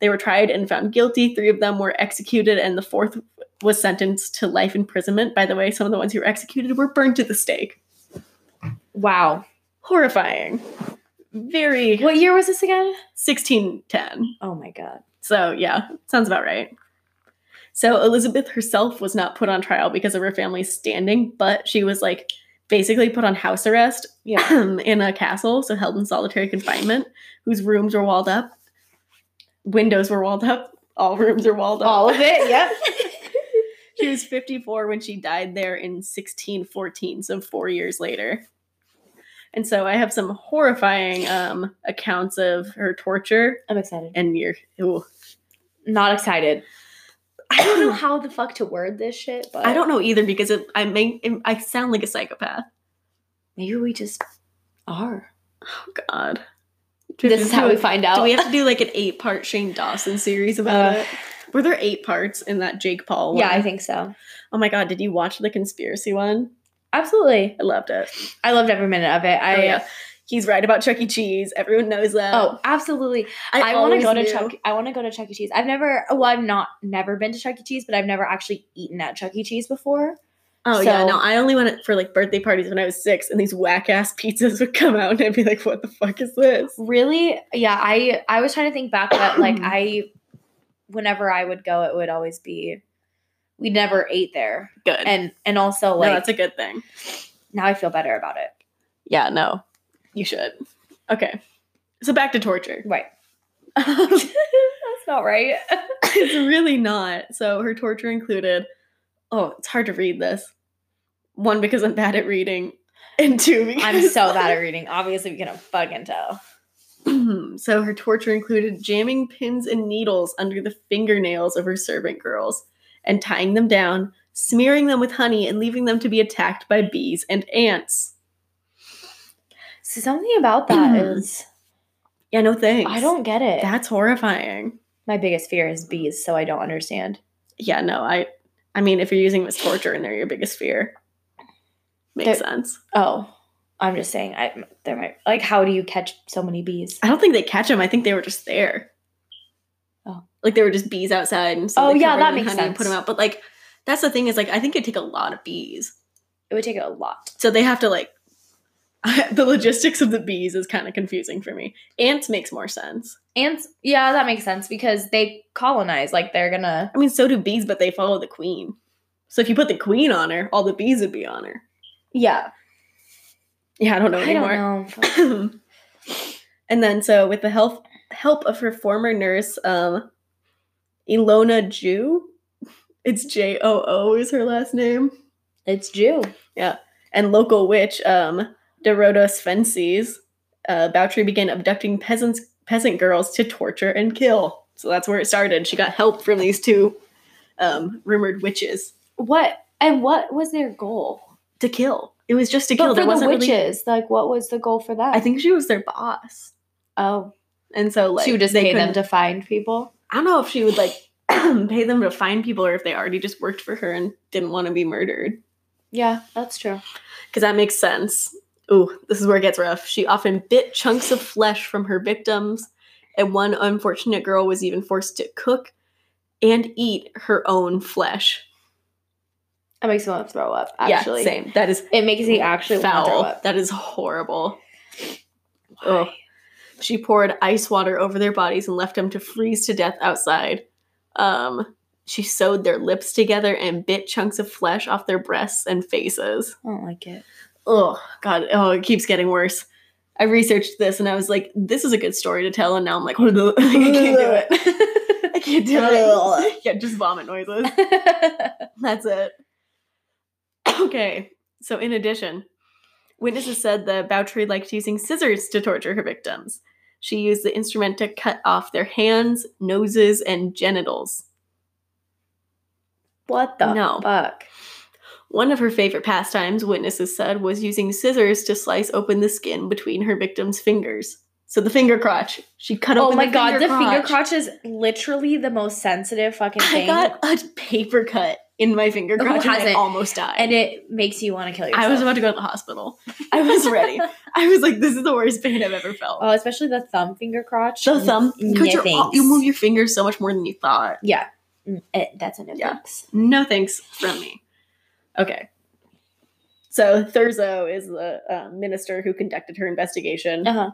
Speaker 2: They were tried and found guilty. Three of them were executed, and the fourth was sentenced to life imprisonment. By the way, some of the ones who were executed were burned to the stake.
Speaker 1: Wow.
Speaker 2: Horrifying. Very
Speaker 1: What year was this again?
Speaker 2: 1610.
Speaker 1: Oh my god.
Speaker 2: So, yeah, sounds about right. So, Elizabeth herself was not put on trial because of her family's standing, but she was like basically put on house arrest
Speaker 1: [LAUGHS]
Speaker 2: um,
Speaker 1: Yeah.
Speaker 2: in a castle, so held in solitary confinement, whose rooms were walled up, windows were walled up, all rooms are walled up.
Speaker 1: All of it. Yep. [LAUGHS]
Speaker 2: she was 54 when she died there in 1614, so four years later. And so I have some horrifying um, accounts of her torture
Speaker 1: I'm excited.
Speaker 2: and your. Ooh.
Speaker 1: Not excited. I don't know how the fuck to word this shit, but
Speaker 2: I don't know either because it, I may it, I sound like a psychopath.
Speaker 1: Maybe we just are.
Speaker 2: Oh God,
Speaker 1: [LAUGHS] This is how we find out.
Speaker 2: Do we have to do like an eight part Shane Dawson series about
Speaker 1: Uh,
Speaker 2: it? Were there eight parts in that Jake Paul?
Speaker 1: yeah,
Speaker 2: one?
Speaker 1: I think so.
Speaker 2: Oh my God, did you watch the conspiracy one?
Speaker 1: Absolutely.
Speaker 2: I loved it.
Speaker 1: I loved every minute of it. I
Speaker 2: oh, yeah. he's right about Chuck E. Cheese. Everyone knows that.
Speaker 1: Oh, absolutely. I, want to
Speaker 2: always
Speaker 1: go to
Speaker 2: knew.
Speaker 1: Chuck. I want to go to Chuck E. Cheese. I've never. Well, I've not never been to Chuck E. Cheese, but I've never actually eaten at Chuck E. Cheese before.
Speaker 2: Oh yeah,
Speaker 1: so-
Speaker 2: no, I only went for like birthday parties when I was six, and these whack ass pizzas would come out, and I'd be like, "What the fuck is this?"
Speaker 1: Really? Yeah. I I was trying to think back, but [CLEARS THROAT] like I, whenever I would go, it would always be. We never ate there,
Speaker 2: Good.
Speaker 1: and and also
Speaker 2: no,
Speaker 1: like
Speaker 2: that's a good thing.
Speaker 1: now I feel better about it.
Speaker 2: Yeah, no, you should. Okay, so back to torture. [LAUGHS]
Speaker 1: Right.
Speaker 2: it's
Speaker 1: that's not right.
Speaker 2: really not. So her torture included. Oh, it's hard to read this. One because I'm bad at reading, and two because
Speaker 1: I'm [LAUGHS] so bad at reading. Obviously, we can fucking tell.
Speaker 2: [LAUGHS] so her torture included jamming pins and needles under the fingernails of her servant girls and tying them down, smearing them with honey, and leaving them to be attacked by bees and ants.
Speaker 1: So something about [CLEARS THROAT] that
Speaker 2: Mhm.
Speaker 1: is
Speaker 2: Yeah, no thanks.
Speaker 1: I don't get it.
Speaker 2: That's horrifying.
Speaker 1: My biggest fear is bees, so I don't understand.
Speaker 2: yeah, no, I I mean if you're using this torture and they're your biggest fear. Makes
Speaker 1: They're-
Speaker 2: sense.
Speaker 1: Oh, I'm just saying. I there might like how do you catch so many bees?
Speaker 2: I don't think they catch them. I think they were just there.
Speaker 1: Oh.
Speaker 2: Like there were just bees outside and so
Speaker 1: Oh,
Speaker 2: they
Speaker 1: yeah,
Speaker 2: covered
Speaker 1: that
Speaker 2: them in
Speaker 1: makes
Speaker 2: honey and Put them
Speaker 1: sense.
Speaker 2: out. But like that's the thing is like I think it'd take a lot of bees.
Speaker 1: It would take a lot.
Speaker 2: So they have to like [LAUGHS] the logistics of the bees is kind of confusing for me. Ants makes more sense.
Speaker 1: Ants, yeah, that makes sense because they colonize. Like they're gonna.
Speaker 2: I mean, so do bees, but they follow the queen. So if you put the queen on her, all the bees would be on her.
Speaker 1: Yeah,
Speaker 2: Yeah, I don't know
Speaker 1: I
Speaker 2: anymore.
Speaker 1: don't
Speaker 2: [COUGHS]
Speaker 1: know.
Speaker 2: and then so with the help help of her former nurse um Ilona Jew [LAUGHS] it's J O O is her last name
Speaker 1: it's Jew.
Speaker 2: and local witch um Dorota Svenses uh Bouchery began abducting peasants peasant girls to torture and kill so that's where it started she got help from these two um rumored witches
Speaker 1: What and what was their goal?
Speaker 2: to kill it was just to kill
Speaker 1: but
Speaker 2: there
Speaker 1: for the
Speaker 2: wasn't
Speaker 1: witches,
Speaker 2: really
Speaker 1: like what was the goal for that?
Speaker 2: I think she was their boss
Speaker 1: Oh,
Speaker 2: and so like
Speaker 1: she would just
Speaker 2: they
Speaker 1: pay them
Speaker 2: couldn't-
Speaker 1: to find people.
Speaker 2: I don't know if she would like [CLEARS THROAT] pay them to find people or if they already just worked for her and didn't want to be murdered.
Speaker 1: Yeah, that's true.
Speaker 2: Because that makes sense. Ooh, this is where it gets rough. She often bit chunks of flesh from her victims and one unfortunate girl was even forced to cook and eat her own flesh.
Speaker 1: That makes me want to throw up. Actually,
Speaker 2: yeah, same. That is
Speaker 1: it makes me actually want to throw
Speaker 2: foul.
Speaker 1: up.
Speaker 2: That is horrible.
Speaker 4: Why?
Speaker 2: Ugh. She poured ice water over their bodies and left them to freeze to death outside. Um, she sewed their lips together and bit chunks of flesh off their breasts and faces.
Speaker 1: I don't like [LAUGHS] it.
Speaker 2: Oh God! Oh, it keeps getting worse. I researched this and I was like, "This is a good story to tell," and now I'm like, [LAUGHS] "I can't do
Speaker 1: [LAUGHS]
Speaker 2: it. I can't do it." [LAUGHS] yeah, just vomit noises. [LAUGHS] That's it. [COUGHS] Okay. So, in addition, witnesses said that Boucherie liked using scissors to torture her victims. She used the instrument to cut off their hands, noses, and genitals.
Speaker 1: What the
Speaker 2: No.
Speaker 1: fuck?
Speaker 2: One of her favorite pastimes, witnesses said, was using scissors to slice open the skin between her victim's fingers. So the finger crotch. She cut
Speaker 1: Oh
Speaker 2: open
Speaker 1: my
Speaker 2: the
Speaker 1: god,
Speaker 2: finger
Speaker 1: the finger crotch is literally the most sensitive fucking
Speaker 2: I
Speaker 1: thing,
Speaker 2: got a paper cut in my finger
Speaker 1: Who
Speaker 2: crotch and I
Speaker 1: hasn't?
Speaker 2: almost died.
Speaker 1: and it makes you want to kill yourself.
Speaker 2: I was about to go to the hospital.
Speaker 1: [LAUGHS]
Speaker 2: [LAUGHS] I was ready. I was like, this is the worst pain I've ever felt.
Speaker 1: Oh, especially the thumb finger crotch.
Speaker 2: the thumb,
Speaker 1: N-
Speaker 2: because
Speaker 1: no
Speaker 2: you're all-
Speaker 1: thanks.
Speaker 2: you move your fingers so much more than you thought.
Speaker 1: Yeah, Mm, eh, that's a no
Speaker 2: Yeah.
Speaker 1: thanks.
Speaker 2: No thanks from me. Okay. So Thurzo is the uh, minister who conducted her investigation.
Speaker 1: Uh-huh.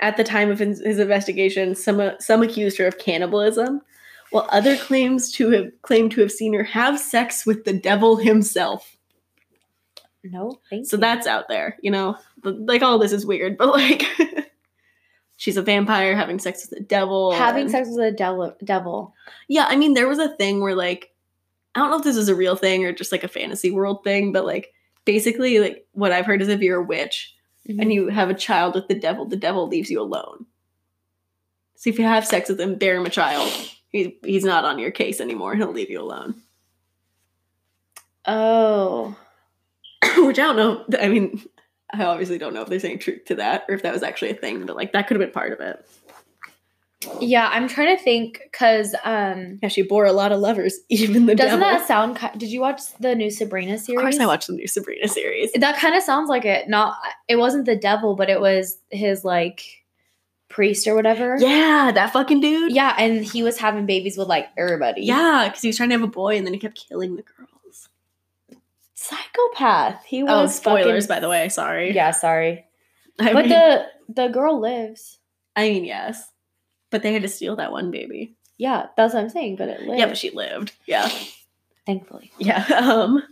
Speaker 2: At the time of his, his investigation, some uh, some accused her of cannibalism, while other claims to have claimed to have seen her have sex with the devil himself.
Speaker 1: No thanks.
Speaker 2: So that's out there, you know. But, Like all this is weird, but like [LAUGHS] she's a vampire having sex with the devil.
Speaker 1: having
Speaker 2: and-
Speaker 1: sex with a devil. Devil.
Speaker 2: Yeah, I mean, there was a thing where like I don't know if this is a real thing or just like a fantasy world thing, but like basically, like what I've heard is if you're a witch and you have a child with the devil, the devil leaves you alone. So if you have sex with him, bear him a child. He, he's not on your case anymore. He'll leave you alone. [CLEARS THROAT]
Speaker 1: Oh,
Speaker 2: Which I don't know. I mean, I obviously don't know if there's any truth to that or if that was actually a thing, but like that could have been part of it.
Speaker 1: yeah. I'm trying to think because um,
Speaker 2: Yeah, she bore a lot of lovers, [LAUGHS] even the
Speaker 1: doesn't
Speaker 2: devil.
Speaker 1: that sound? Ki- Did you watch the new Sabrina series?
Speaker 2: of course, I watched the new Sabrina series.
Speaker 1: That kind of sounds like it. Not. It wasn't the devil, but it was his like priest or whatever.
Speaker 2: Yeah, that fucking dude.
Speaker 1: Yeah, and he was having babies with like everybody.
Speaker 2: Yeah, because he was trying to have a boy and then he kept killing the girls.
Speaker 1: psychopath. He
Speaker 2: Oh,
Speaker 1: was
Speaker 2: spoilers,
Speaker 1: fucking-
Speaker 2: by the way. Sorry.
Speaker 1: Yeah, sorry.
Speaker 2: [LAUGHS] I
Speaker 1: But
Speaker 2: mean,
Speaker 1: the the girl lives.
Speaker 2: I mean, yes. But they had to steal that one baby.
Speaker 1: Yeah, that's what I'm saying. But it lives.
Speaker 2: Yeah, but she lived. Yeah.
Speaker 1: thankfully.
Speaker 2: [LAUGHS]
Speaker 1: [LAUGHS]
Speaker 2: Yeah. Um,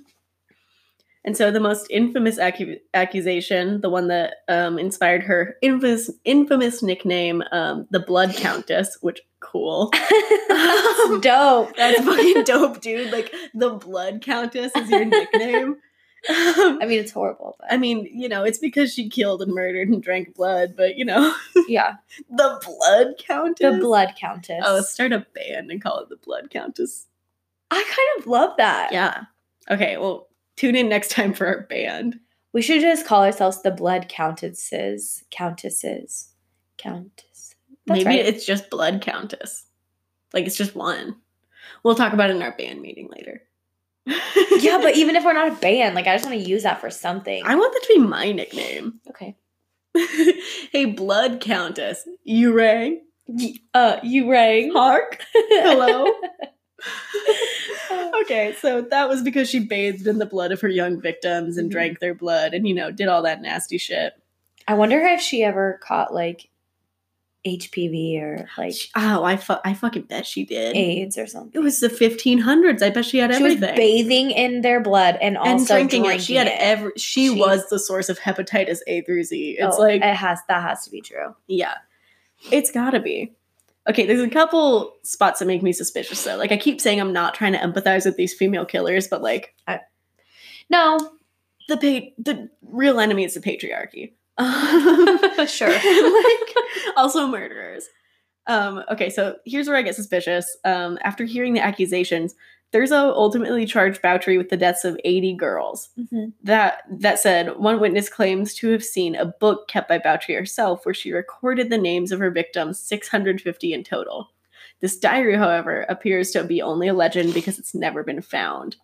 Speaker 2: and so the most infamous accu- accusation, the one that um, inspired her infamous, infamous nickname, um, the Blood Countess, which, cool.
Speaker 1: That's dope.
Speaker 2: That's fucking dope, dude. Like, the Blood Countess is
Speaker 1: [LAUGHS]
Speaker 2: your nickname. Um,
Speaker 1: I mean, it's horrible, but
Speaker 2: [LAUGHS] I mean, you know, it's because she killed and murdered and drank blood, but you know, [LAUGHS]
Speaker 1: yeah,
Speaker 2: the blood countess.
Speaker 1: the blood countess.
Speaker 2: Oh, start a band and call it the blood countess.
Speaker 1: I kind of love that.
Speaker 2: Yeah. Okay. Well, tune in next time for our band.
Speaker 1: We should just call ourselves the blood countesses, countesses, countess. That's
Speaker 2: Maybe
Speaker 1: right.
Speaker 2: it's just blood countess. Like it's just one. We'll talk about it in our band meeting later. [LAUGHS]
Speaker 1: yeah, but even if we're not a band, like I just want to use that for something.
Speaker 2: I want that to be my nickname.
Speaker 1: okay.
Speaker 2: [LAUGHS] hey, blood countess, you rang?
Speaker 1: Uh, you rang.
Speaker 2: [LAUGHS] Hark. Hello.
Speaker 1: Oh.
Speaker 2: okay, so that was because she bathed in the blood of her young victims and
Speaker 1: Mhm.
Speaker 2: drank their blood and, you know, did all that nasty shit.
Speaker 1: I wonder if she ever caught like HPV or like
Speaker 2: She- oh, I, fu- I fucking bet she did.
Speaker 1: AIDS or
Speaker 2: It
Speaker 1: something.
Speaker 2: was the 1500s. I bet she had
Speaker 1: She was
Speaker 2: everything.
Speaker 1: bathing in their blood and also
Speaker 2: and drinking,
Speaker 1: drinking,
Speaker 2: it. She had
Speaker 1: it.
Speaker 2: every. She,
Speaker 1: She-
Speaker 2: was the source of hepatitis A through Z. It's
Speaker 1: Oh,
Speaker 2: like,
Speaker 1: it has that has to be true.
Speaker 2: yeah, it's gotta be. Okay, there's a couple spots that make me suspicious though. Like I keep saying, I'm not trying to empathize with these female killers, but like
Speaker 1: No,
Speaker 2: the pa- the real enemy is the patriarchy.
Speaker 1: sure.
Speaker 2: [LAUGHS] like also murderers. Um, okay, so here's where I get suspicious. Um, after hearing the accusations, Thurzo ultimately charged Bouchery with the deaths of 80 girls.
Speaker 1: Mhm.
Speaker 2: That that said, one witness claims to have seen a book kept by Bouchery herself where she recorded the names of her victims, 650 in total. This diary, however, appears to be only a legend because it's never been found.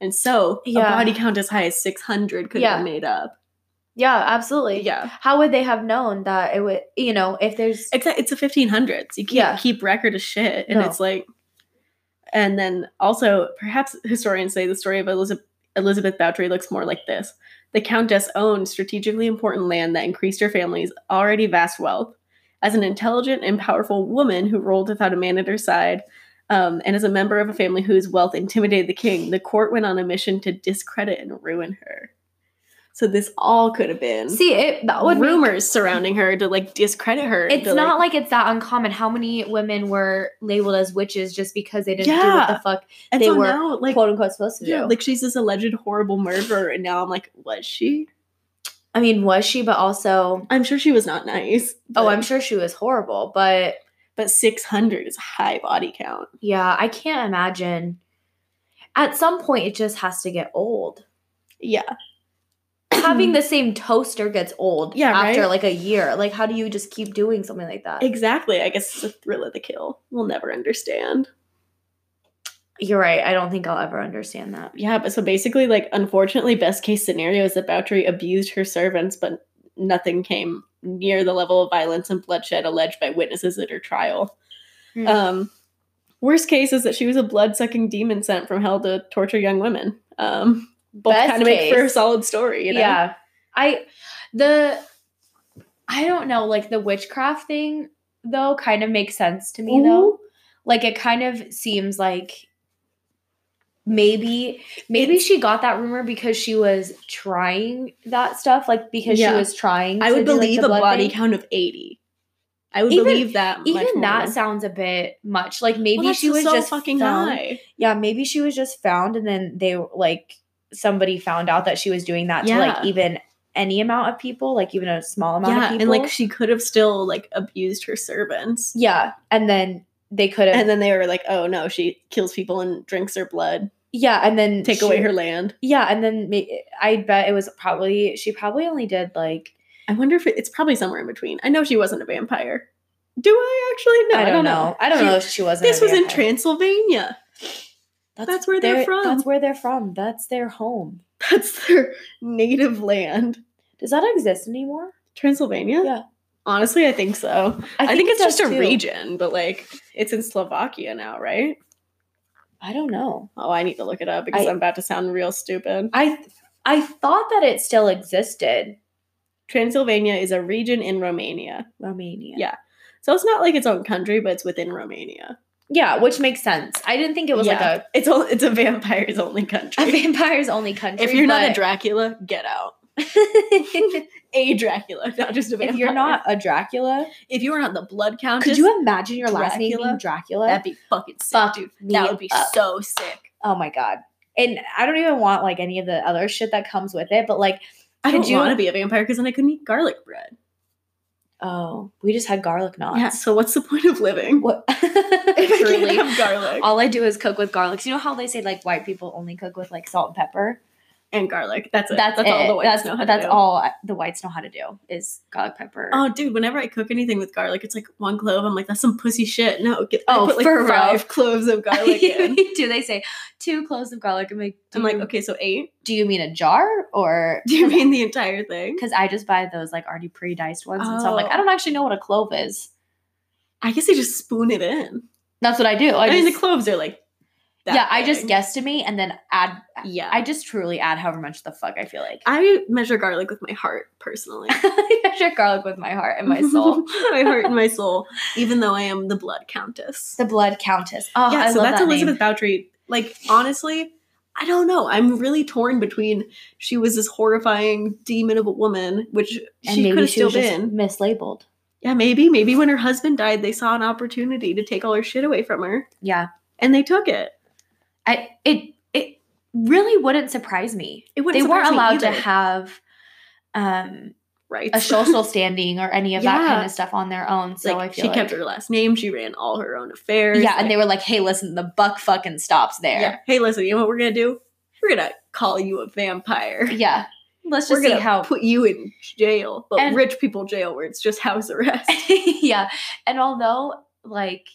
Speaker 2: And so,
Speaker 1: Yeah.
Speaker 2: a body count as high as 600 could
Speaker 1: Yeah.
Speaker 2: be made up.
Speaker 1: Yeah, absolutely.
Speaker 2: Yeah.
Speaker 1: How would they have known that it would, you know, if there's
Speaker 2: It's a, it's a 1500s. You can't
Speaker 1: Yeah.
Speaker 2: keep record of shit. And
Speaker 1: No.
Speaker 2: it's like, and then also, perhaps historians say the story of Elizabeth, Elizabeth Bowdry looks more like this. The Countess owned strategically important land that increased her family's already vast wealth. As an intelligent and powerful woman who ruled without a man at her side, um, and as a member of a family whose wealth intimidated the king, the court went on a mission to discredit and ruin her. So this all could have been
Speaker 1: See, it that would make-
Speaker 2: rumors surrounding her to like discredit her.
Speaker 1: It's
Speaker 2: to,
Speaker 1: not like, it's that uncommon. How many women were labeled as witches just because they didn't do what
Speaker 2: Yeah.
Speaker 1: the fuck
Speaker 2: and
Speaker 1: they
Speaker 2: so
Speaker 1: were
Speaker 2: now, like
Speaker 1: quote unquote supposed to do?
Speaker 2: yeah, like she's this alleged horrible murderer, and now I'm like, was she?
Speaker 1: I mean, was she? But also,
Speaker 2: I'm sure she was not nice.
Speaker 1: oh,
Speaker 2: but-
Speaker 1: I'm sure she was horrible. But
Speaker 2: but 600 is a high body count.
Speaker 1: yeah, I can't imagine. At some point, it just has to get
Speaker 2: [CLEARS THROAT]
Speaker 1: old.
Speaker 2: Yeah,
Speaker 1: Having the same toaster gets old.
Speaker 2: Yeah,
Speaker 1: after
Speaker 2: right?
Speaker 1: like a year, like how do you just keep doing something like that?
Speaker 2: exactly. I guess it's the thrill of the kill. We'll never understand.
Speaker 1: You're right. I don't think I'll ever understand that.
Speaker 2: Yeah, but so basically, like, unfortunately, best case scenario is that Boucherie abused her servants, but nothing came near the level of violence and bloodshed alleged by witnesses at her trial.
Speaker 1: Hmm.
Speaker 2: Um, worst case is that she was a blood sucking demon sent from hell to torture young women. Um, both
Speaker 1: Best
Speaker 2: kind of make for a
Speaker 1: case.
Speaker 2: solid story, you know?
Speaker 1: Yeah. I the I don't know, like the witchcraft thing though kind of makes sense to
Speaker 2: Mm-hmm.
Speaker 1: me though. Like it kind of seems like maybe maybe she got that rumor because she was trying that stuff, like because
Speaker 2: Yeah.
Speaker 1: she was trying
Speaker 2: I
Speaker 1: to
Speaker 2: would
Speaker 1: do, like, the
Speaker 2: believe a
Speaker 1: blood
Speaker 2: body
Speaker 1: thing.
Speaker 2: count of 80. I would
Speaker 1: Even-
Speaker 2: believe that. much
Speaker 1: Even that
Speaker 2: more.
Speaker 1: sounds a bit much. Like
Speaker 2: Well,
Speaker 1: maybe
Speaker 2: that's
Speaker 1: she was
Speaker 2: so
Speaker 1: just
Speaker 2: fucking
Speaker 1: found-
Speaker 2: high.
Speaker 1: Yeah, maybe she was just found and then they like somebody found out that she was doing that to like
Speaker 2: Yeah.
Speaker 1: even any amount of people, like even a small amount of
Speaker 2: Yeah,
Speaker 1: people.
Speaker 2: and like she could have still like abused her servants.
Speaker 1: Yeah, and then they could have.
Speaker 2: And then they were like, "Oh no, she kills people and drinks their blood.
Speaker 1: yeah, and then
Speaker 2: Take
Speaker 1: she-
Speaker 2: away her land."
Speaker 1: Yeah, and then ma- I bet it was probably she probably only did like
Speaker 2: I wonder if it, it's probably somewhere in between. I know she wasn't a vampire. Do I actually know?
Speaker 1: I, don't know. I don't
Speaker 2: She-
Speaker 1: know if she wasn't.
Speaker 2: This
Speaker 1: a
Speaker 2: was in
Speaker 1: vampire.
Speaker 2: Transylvania. [LAUGHS] that's where they're
Speaker 1: their-
Speaker 2: from.
Speaker 1: That's where they're from. That's their home.
Speaker 2: That's their native land.
Speaker 1: Does that exist anymore?
Speaker 2: Transylvania?
Speaker 1: Yeah.
Speaker 2: Honestly, I think so. I, think,
Speaker 1: it
Speaker 2: it's just
Speaker 1: does,
Speaker 2: a
Speaker 1: too.
Speaker 2: region, but like it's in Slovakia now, right?
Speaker 1: I don't know.
Speaker 2: Oh, I need to look it up because
Speaker 1: I-
Speaker 2: I'm about to sound real stupid.
Speaker 1: I I thought that it still existed.
Speaker 2: Transylvania is a region in Romania.
Speaker 1: Romania.
Speaker 2: Yeah. So it's not like its own country, but it's within Romania.
Speaker 1: Yeah, which makes sense. I didn't think it was
Speaker 2: Yeah.
Speaker 1: like a
Speaker 2: It's all it's a vampire's only [LAUGHS] country.
Speaker 1: a vampires only country.
Speaker 2: if you're not a
Speaker 1: but-
Speaker 2: Dracula, get [LAUGHS] out. A Dracula, not just a vampire.
Speaker 1: if you're not a Dracula,
Speaker 2: if you were not the blood countess,
Speaker 1: could you imagine your last name
Speaker 2: Dracula?
Speaker 1: being Dracula?
Speaker 2: that'd be fucking sick,
Speaker 1: Fuck
Speaker 2: dude.
Speaker 1: me
Speaker 2: That would be
Speaker 1: up.
Speaker 2: so sick.
Speaker 1: Oh my god. And I don't even want like any of the other shit that comes with it, but like
Speaker 2: I
Speaker 1: Could
Speaker 2: don't
Speaker 1: you-
Speaker 2: want to be a vampire because then I couldn't eat garlic bread.
Speaker 1: oh, we just had garlic knots.
Speaker 2: Yeah. So what's the point of living?
Speaker 1: What [LAUGHS]
Speaker 2: If I can't
Speaker 1: truly
Speaker 2: have garlic
Speaker 1: all I do is cook with garlics. You know how they say like white people only cook with like salt and pepper?
Speaker 2: and garlic. That's it.
Speaker 1: That's,
Speaker 2: all
Speaker 1: it.
Speaker 2: the whites
Speaker 1: that's,
Speaker 2: know how
Speaker 1: that's
Speaker 2: to do.
Speaker 1: all I- the whites know how to do is garlic pepper.
Speaker 2: Oh, dude! Whenever I cook anything with garlic, it's like one clove. I'm like, that's some pussy shit. No, get, I
Speaker 1: Oh,
Speaker 2: put like
Speaker 1: for real.
Speaker 2: five cloves of garlic [LAUGHS] in.
Speaker 1: [LAUGHS] do they say two cloves of garlic? I'm like, do
Speaker 2: I'm like,
Speaker 1: you-
Speaker 2: okay, so eight.
Speaker 1: do you mean a jar
Speaker 2: [LAUGHS]
Speaker 1: or
Speaker 2: Do you mean the entire thing?
Speaker 1: because I just buy those like already pre-diced ones, and so I'm like,
Speaker 2: Oh.
Speaker 1: I don't actually know what a clove is.
Speaker 2: I guess they just spoon it in.
Speaker 1: That's what I do. I,
Speaker 2: I, mean,
Speaker 1: just-
Speaker 2: the cloves are like. that
Speaker 1: yeah, I just
Speaker 2: big.
Speaker 1: guesstimate and then add.
Speaker 2: Yeah,
Speaker 1: I just truly add however much the fuck I feel like.
Speaker 2: I measure garlic with my heart personally.
Speaker 1: [LAUGHS] I measure garlic with my heart [LAUGHS] and my soul.
Speaker 2: [LAUGHS] my heart and my soul. Even though I am the blood countess.
Speaker 1: the blood countess. Oh,
Speaker 2: yeah,
Speaker 1: I
Speaker 2: so
Speaker 1: love
Speaker 2: that's
Speaker 1: that
Speaker 2: Elizabeth
Speaker 1: name.
Speaker 2: Bowdry. Like honestly, I don't know. I'm really torn between she was this horrifying demon of a woman, which
Speaker 1: And
Speaker 2: she could
Speaker 1: maybe
Speaker 2: have
Speaker 1: she
Speaker 2: still
Speaker 1: was just
Speaker 2: been.
Speaker 1: mislabeled.
Speaker 2: Yeah, maybe. Maybe when her husband died, they saw an opportunity to take all her shit away from her,
Speaker 1: Yeah,
Speaker 2: and they took it.
Speaker 1: I it it really wouldn't surprise me. they
Speaker 2: It wouldn't
Speaker 1: weren't
Speaker 2: surprise me
Speaker 1: allowed to
Speaker 2: either.
Speaker 1: have um
Speaker 2: rights.
Speaker 1: a social standing or any of that
Speaker 2: Yeah.
Speaker 1: kind of stuff on their own. [LAUGHS] So
Speaker 2: Like,
Speaker 1: I feel
Speaker 2: she
Speaker 1: like
Speaker 2: kept her last name. She ran all her own affairs.
Speaker 1: yeah, and they were like, "Hey, listen, the buck fucking stops
Speaker 2: Yeah.
Speaker 1: there."
Speaker 2: Hey, listen. You know what we're gonna do? We're gonna call you a vampire.
Speaker 1: Yeah, let's
Speaker 2: we're
Speaker 1: just see
Speaker 2: gonna
Speaker 1: how.
Speaker 2: put you in jail, but
Speaker 1: And-
Speaker 2: rich people jail where it's just house [LAUGHS] arrest.
Speaker 1: [LAUGHS] yeah, and although like,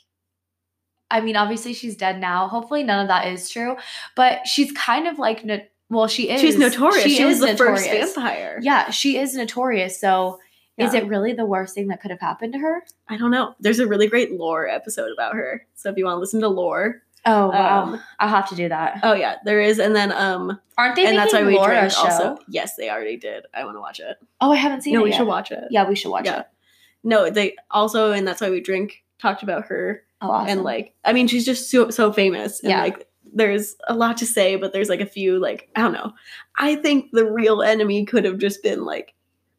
Speaker 1: I mean, obviously she's dead now. Hopefully, none of that is true, but she's kind of like. No- well, she is.
Speaker 2: She's notorious. She, was
Speaker 1: is
Speaker 2: the
Speaker 1: notorious.
Speaker 2: first vampire.
Speaker 1: Yeah, she is notorious. So is
Speaker 2: Yeah.
Speaker 1: it really the worst thing that could have happened to her?
Speaker 2: I don't know. There's a really great lore episode about her. So if you want to listen to lore,
Speaker 1: Oh wow,
Speaker 2: um,
Speaker 1: I'll have to do that.
Speaker 2: oh yeah, there is. And then um,
Speaker 1: Aren't they
Speaker 2: and
Speaker 1: making
Speaker 2: that's why we
Speaker 1: Laura
Speaker 2: drank
Speaker 1: show?
Speaker 2: also. Yes, they already did. I want to watch it.
Speaker 1: Oh, I haven't seen
Speaker 2: no,
Speaker 1: it
Speaker 2: we
Speaker 1: yet.
Speaker 2: should watch it.
Speaker 1: Yeah, we should watch
Speaker 2: Yeah.
Speaker 1: it.
Speaker 2: No, they also, and that's why we drink. Talked about her
Speaker 1: Oh, awesome.
Speaker 2: and like, I mean, she's just so so famous. And
Speaker 1: Yeah.
Speaker 2: like, there's a lot to say, but there's like a few like I don't know. I think the real enemy could have just been like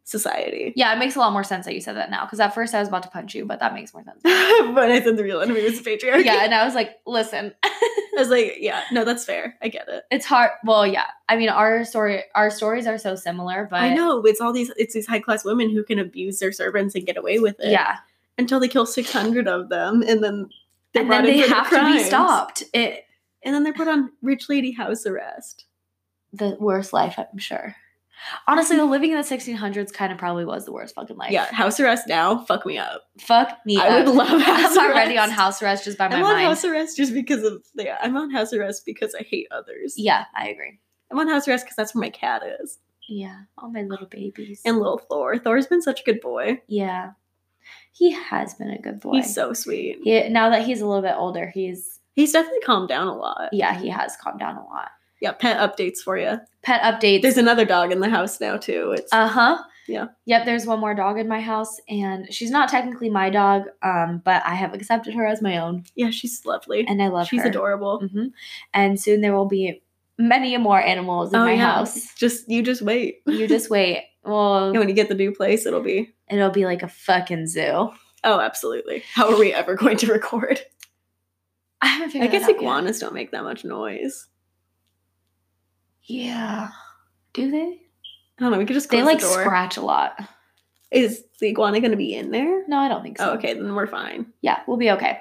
Speaker 2: society.
Speaker 1: yeah, it makes a lot more sense that you said that now because at first I was about to punch you, but that makes more
Speaker 2: [LAUGHS]
Speaker 1: sense.
Speaker 2: [LAUGHS] but I said the real enemy was the patriarchy.
Speaker 1: yeah, and I was like, listen,
Speaker 2: [LAUGHS] I was like, yeah, no, that's fair. I get it.
Speaker 1: it's hard. Well, yeah, I mean, our story, our stories are so similar, but
Speaker 2: I know it's all these it's these high class women who can abuse their servants and get away with it.
Speaker 1: Yeah,
Speaker 2: Until they kill six hundred of them and then they're
Speaker 1: and then
Speaker 2: brought in
Speaker 1: they
Speaker 2: for their
Speaker 1: have to be
Speaker 2: crimes.
Speaker 1: stopped. It
Speaker 2: And then they're put on rich lady house arrest.
Speaker 1: the worst life, I'm sure. Honestly,
Speaker 2: [LAUGHS]
Speaker 1: the living in the 1600s kind of probably was the worst fucking life.
Speaker 2: Yeah, house arrest now. Fuck me up.
Speaker 1: Fuck me.
Speaker 2: I would
Speaker 1: up.
Speaker 2: love
Speaker 1: [LAUGHS]
Speaker 2: house
Speaker 1: I'm already on
Speaker 2: arrest.
Speaker 1: house arrest just by my
Speaker 2: I'm on
Speaker 1: mind.
Speaker 2: house arrest just because of yeah, I'm on house arrest because I hate others.
Speaker 1: yeah, I agree.
Speaker 2: I'm on house arrest because that's where my cat is.
Speaker 1: Yeah, all my little babies.
Speaker 2: And little Thor. Thor's been such a good boy.
Speaker 1: yeah, he has been a good boy.
Speaker 2: He's so sweet.
Speaker 1: He- now that he's a little bit older, he's
Speaker 2: He's definitely calmed down a lot.
Speaker 1: yeah, he has calmed down a lot.
Speaker 2: Yeah, pet updates for you.
Speaker 1: Pet updates.
Speaker 2: There's another dog in the house now too. It's
Speaker 1: Uh huh.
Speaker 2: Yeah.
Speaker 1: Yep. There's one more dog in my house, and she's not technically my dog, um, but I have accepted her as my own,
Speaker 2: yeah, she's lovely.
Speaker 1: and I love
Speaker 2: she's
Speaker 1: her.
Speaker 2: adorable.
Speaker 1: hmm And soon there will be many more animals in
Speaker 2: Oh,
Speaker 1: my
Speaker 2: yeah.
Speaker 1: house.
Speaker 2: Just you just wait.
Speaker 1: You
Speaker 2: [LAUGHS]
Speaker 1: just wait. Well,
Speaker 2: And when you get the new place, it'll be
Speaker 1: it'll be like a fucking zoo. [LAUGHS]
Speaker 2: oh, absolutely. How are we ever [LAUGHS] going to record?
Speaker 1: I haven't
Speaker 2: I
Speaker 1: figured.
Speaker 2: guess
Speaker 1: that out yet.
Speaker 2: iguanas don't make that much noise.
Speaker 1: Yeah. Do they?
Speaker 2: I don't know. We could just close
Speaker 1: They like
Speaker 2: the door.
Speaker 1: scratch a lot.
Speaker 2: Is the iguana going to be in there?
Speaker 1: No, I don't think so.
Speaker 2: Oh, okay, then we're fine.
Speaker 1: Yeah, we'll be okay.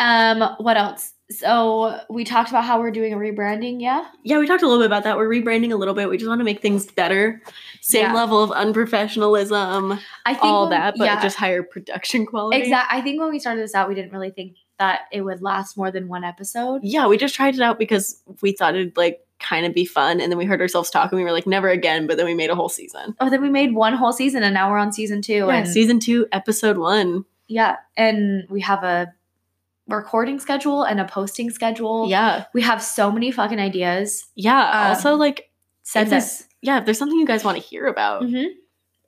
Speaker 1: Um, what else? So we talked about how we're doing a rebranding. Yeah.
Speaker 2: Yeah, we talked a little bit about that. We're rebranding a little bit. We just want to make things better. Same
Speaker 1: Yeah.
Speaker 2: level of unprofessionalism,
Speaker 1: I think
Speaker 2: all
Speaker 1: when-
Speaker 2: that, but
Speaker 1: yeah.
Speaker 2: just higher production quality.
Speaker 1: Exactly. I think when we started this out, we didn't really think that it would last more than one episode.
Speaker 2: yeah, we just tried it out because we thought it'd like kind of be fun. And then we heard ourselves talk and we were like, never again. But then we made a whole season.
Speaker 1: Oh, then we made one whole season, and now we're on season two.
Speaker 2: Yeah,
Speaker 1: and
Speaker 2: season two, episode one.
Speaker 1: yeah, and we have a recording schedule and a posting schedule.
Speaker 2: Yeah.
Speaker 1: we have so many fucking ideas.
Speaker 2: Yeah.
Speaker 1: Um,
Speaker 2: also, like,
Speaker 1: Send
Speaker 2: there's-
Speaker 1: us,
Speaker 2: yeah, if there's something you guys want to hear about,
Speaker 1: Mhm.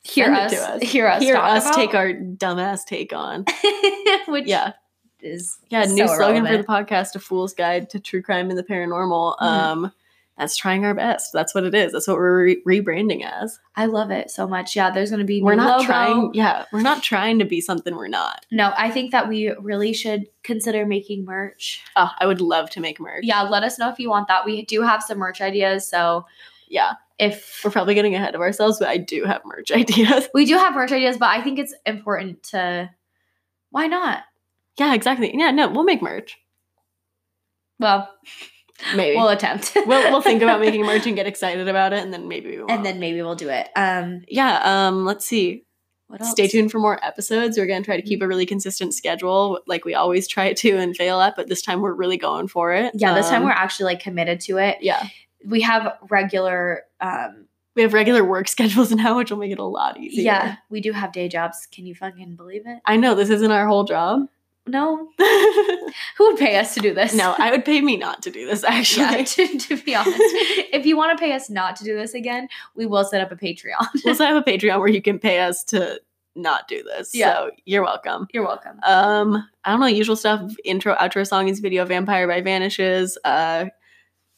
Speaker 1: hear
Speaker 2: Mm-hmm. Send it
Speaker 1: us,
Speaker 2: to us.
Speaker 1: hear us,
Speaker 2: hear
Speaker 1: talk
Speaker 2: us
Speaker 1: about-
Speaker 2: take our dumbass take on.
Speaker 1: [LAUGHS] which
Speaker 2: yeah.
Speaker 1: is
Speaker 2: Yeah.
Speaker 1: so
Speaker 2: New slogan
Speaker 1: irrelevant.
Speaker 2: for the podcast A Fool's Guide to True Crime and the Paranormal.
Speaker 1: Mhm.
Speaker 2: Um, that's trying our best. That's what it is. That's what we're re- rebranding as.
Speaker 1: I love it so much. Yeah, there's gonna be
Speaker 2: We're
Speaker 1: new
Speaker 2: not
Speaker 1: logo.
Speaker 2: trying. Yeah, we're not trying to be something we're not.
Speaker 1: No, I think that we really should consider making merch.
Speaker 2: Oh, I would love to make
Speaker 1: Ah.
Speaker 2: merch.
Speaker 1: Yeah, let us know if you want that. We do have some merch ideas, so
Speaker 2: yeah.
Speaker 1: if
Speaker 2: we're probably getting ahead of ourselves, but I do have merch [LAUGHS] ideas.
Speaker 1: we do have merch ideas, but I think it's important to why not?
Speaker 2: Yeah, exactly. Yeah, no, we'll make merch.
Speaker 1: Well,
Speaker 2: Maybe.
Speaker 1: we'll
Speaker 2: We'll,
Speaker 1: attempt.
Speaker 2: [LAUGHS] we'll,
Speaker 1: [LAUGHS]
Speaker 2: think about making merch and get excited about it, and then maybe we won't.
Speaker 1: and then maybe we'll do it. Um,
Speaker 2: yeah, um, let's see.
Speaker 1: what else?
Speaker 2: Stay tuned for more episodes. We're gonna try to keep a really consistent schedule, like we always try to and fail at, but this time we're really going for it.
Speaker 1: Yeah, this time
Speaker 2: Um,
Speaker 1: we're actually like committed to it.
Speaker 2: yeah
Speaker 1: We have regular. um
Speaker 2: we have regular work [LAUGHS] schedules now, which will make it a lot easier.
Speaker 1: Yeah, we do have day jobs. Can you fucking believe it?
Speaker 2: I know this isn't our whole job.
Speaker 1: No,
Speaker 2: no,
Speaker 1: who would pay us to do this?
Speaker 2: I would pay me not to do this. Actually,
Speaker 1: [LAUGHS] Yeah, to, to be
Speaker 2: [LAUGHS]
Speaker 1: honest, if you want to pay us not to do this again, we will set up a Patreon. [LAUGHS]
Speaker 2: we also have a Patreon where you can pay us to not do this.
Speaker 1: Yeah.
Speaker 2: So you're welcome.
Speaker 1: You're welcome.
Speaker 2: Um, I don't know, usual stuff, intro, outro song is video Vampire by Vanishes. Uh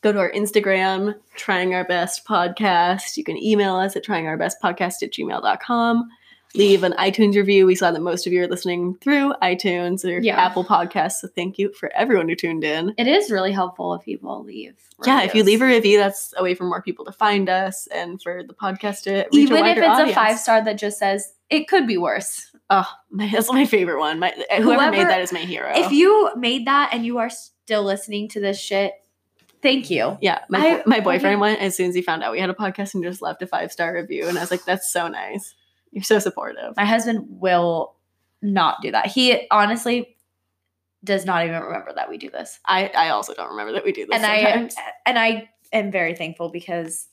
Speaker 2: go to our Instagram, trying our best podcast. You can email us at trying our best podcast at gmail.com. Leave an iTunes review. We saw that most of you are listening through iTunes or
Speaker 1: Yeah.
Speaker 2: Apple Podcasts. So thank you for everyone who tuned in.
Speaker 1: It is really helpful if people leave.
Speaker 2: Yeah, if you
Speaker 1: reviews.
Speaker 2: leave a review, that's a way for more people to find us and for the podcast to reach a
Speaker 1: even if
Speaker 2: wider
Speaker 1: it's a
Speaker 2: audience.
Speaker 1: five star that just says it could be worse.
Speaker 2: Oh, my, [LAUGHS] that's my favorite one. My whoever, made
Speaker 1: Whoever-
Speaker 2: that is my hero.
Speaker 1: If you made that and you are still listening to this shit, thank you.
Speaker 2: yeah, my,
Speaker 1: I-
Speaker 2: my boyfriend went as soon as he found out we had a podcast and just left a five star review, and I was like, "That's so nice. You're so supportive."
Speaker 1: My husband will not do that. He honestly does not even remember that we do this.
Speaker 2: I I also don't remember that we do this
Speaker 1: and
Speaker 2: sometimes.
Speaker 1: I and I am very thankful because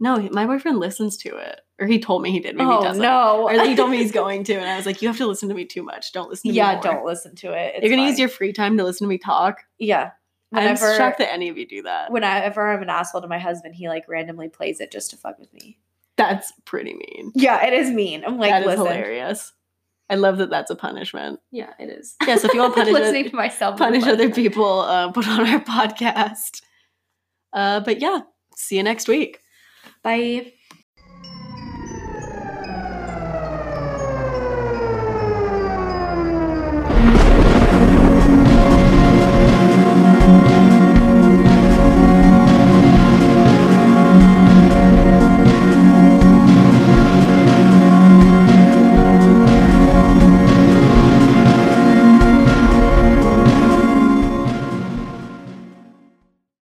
Speaker 2: No, my boyfriend listens to it, or he told me he did. Maybe he doesn't.
Speaker 1: oh, no,
Speaker 2: Or he told
Speaker 1: [LAUGHS]
Speaker 2: me he's going to, and I was like, "You have to listen to me too much. Don't listen to me."
Speaker 1: yeah,
Speaker 2: more."
Speaker 1: don't listen to it. It's
Speaker 2: You're gonna use
Speaker 1: fine.
Speaker 2: your free time to listen to me talk.
Speaker 1: yeah.
Speaker 2: I'm
Speaker 1: Whenever
Speaker 2: shocked that any of you do that.
Speaker 1: whenever I'm an asshole to my husband, he like randomly plays it just to fuck with me.
Speaker 2: That's pretty mean.
Speaker 1: Yeah, it is mean. I'm like,
Speaker 2: that is
Speaker 1: listen,
Speaker 2: hilarious. I love that. That's
Speaker 1: [LAUGHS]
Speaker 2: a punishment.
Speaker 1: yeah, it is.
Speaker 2: Yeah. So if you want
Speaker 1: listening
Speaker 2: punishment,
Speaker 1: to myself
Speaker 2: punish other people, uh, put on [LAUGHS] our podcast. Uh, but yeah, see you next week.
Speaker 1: Bye.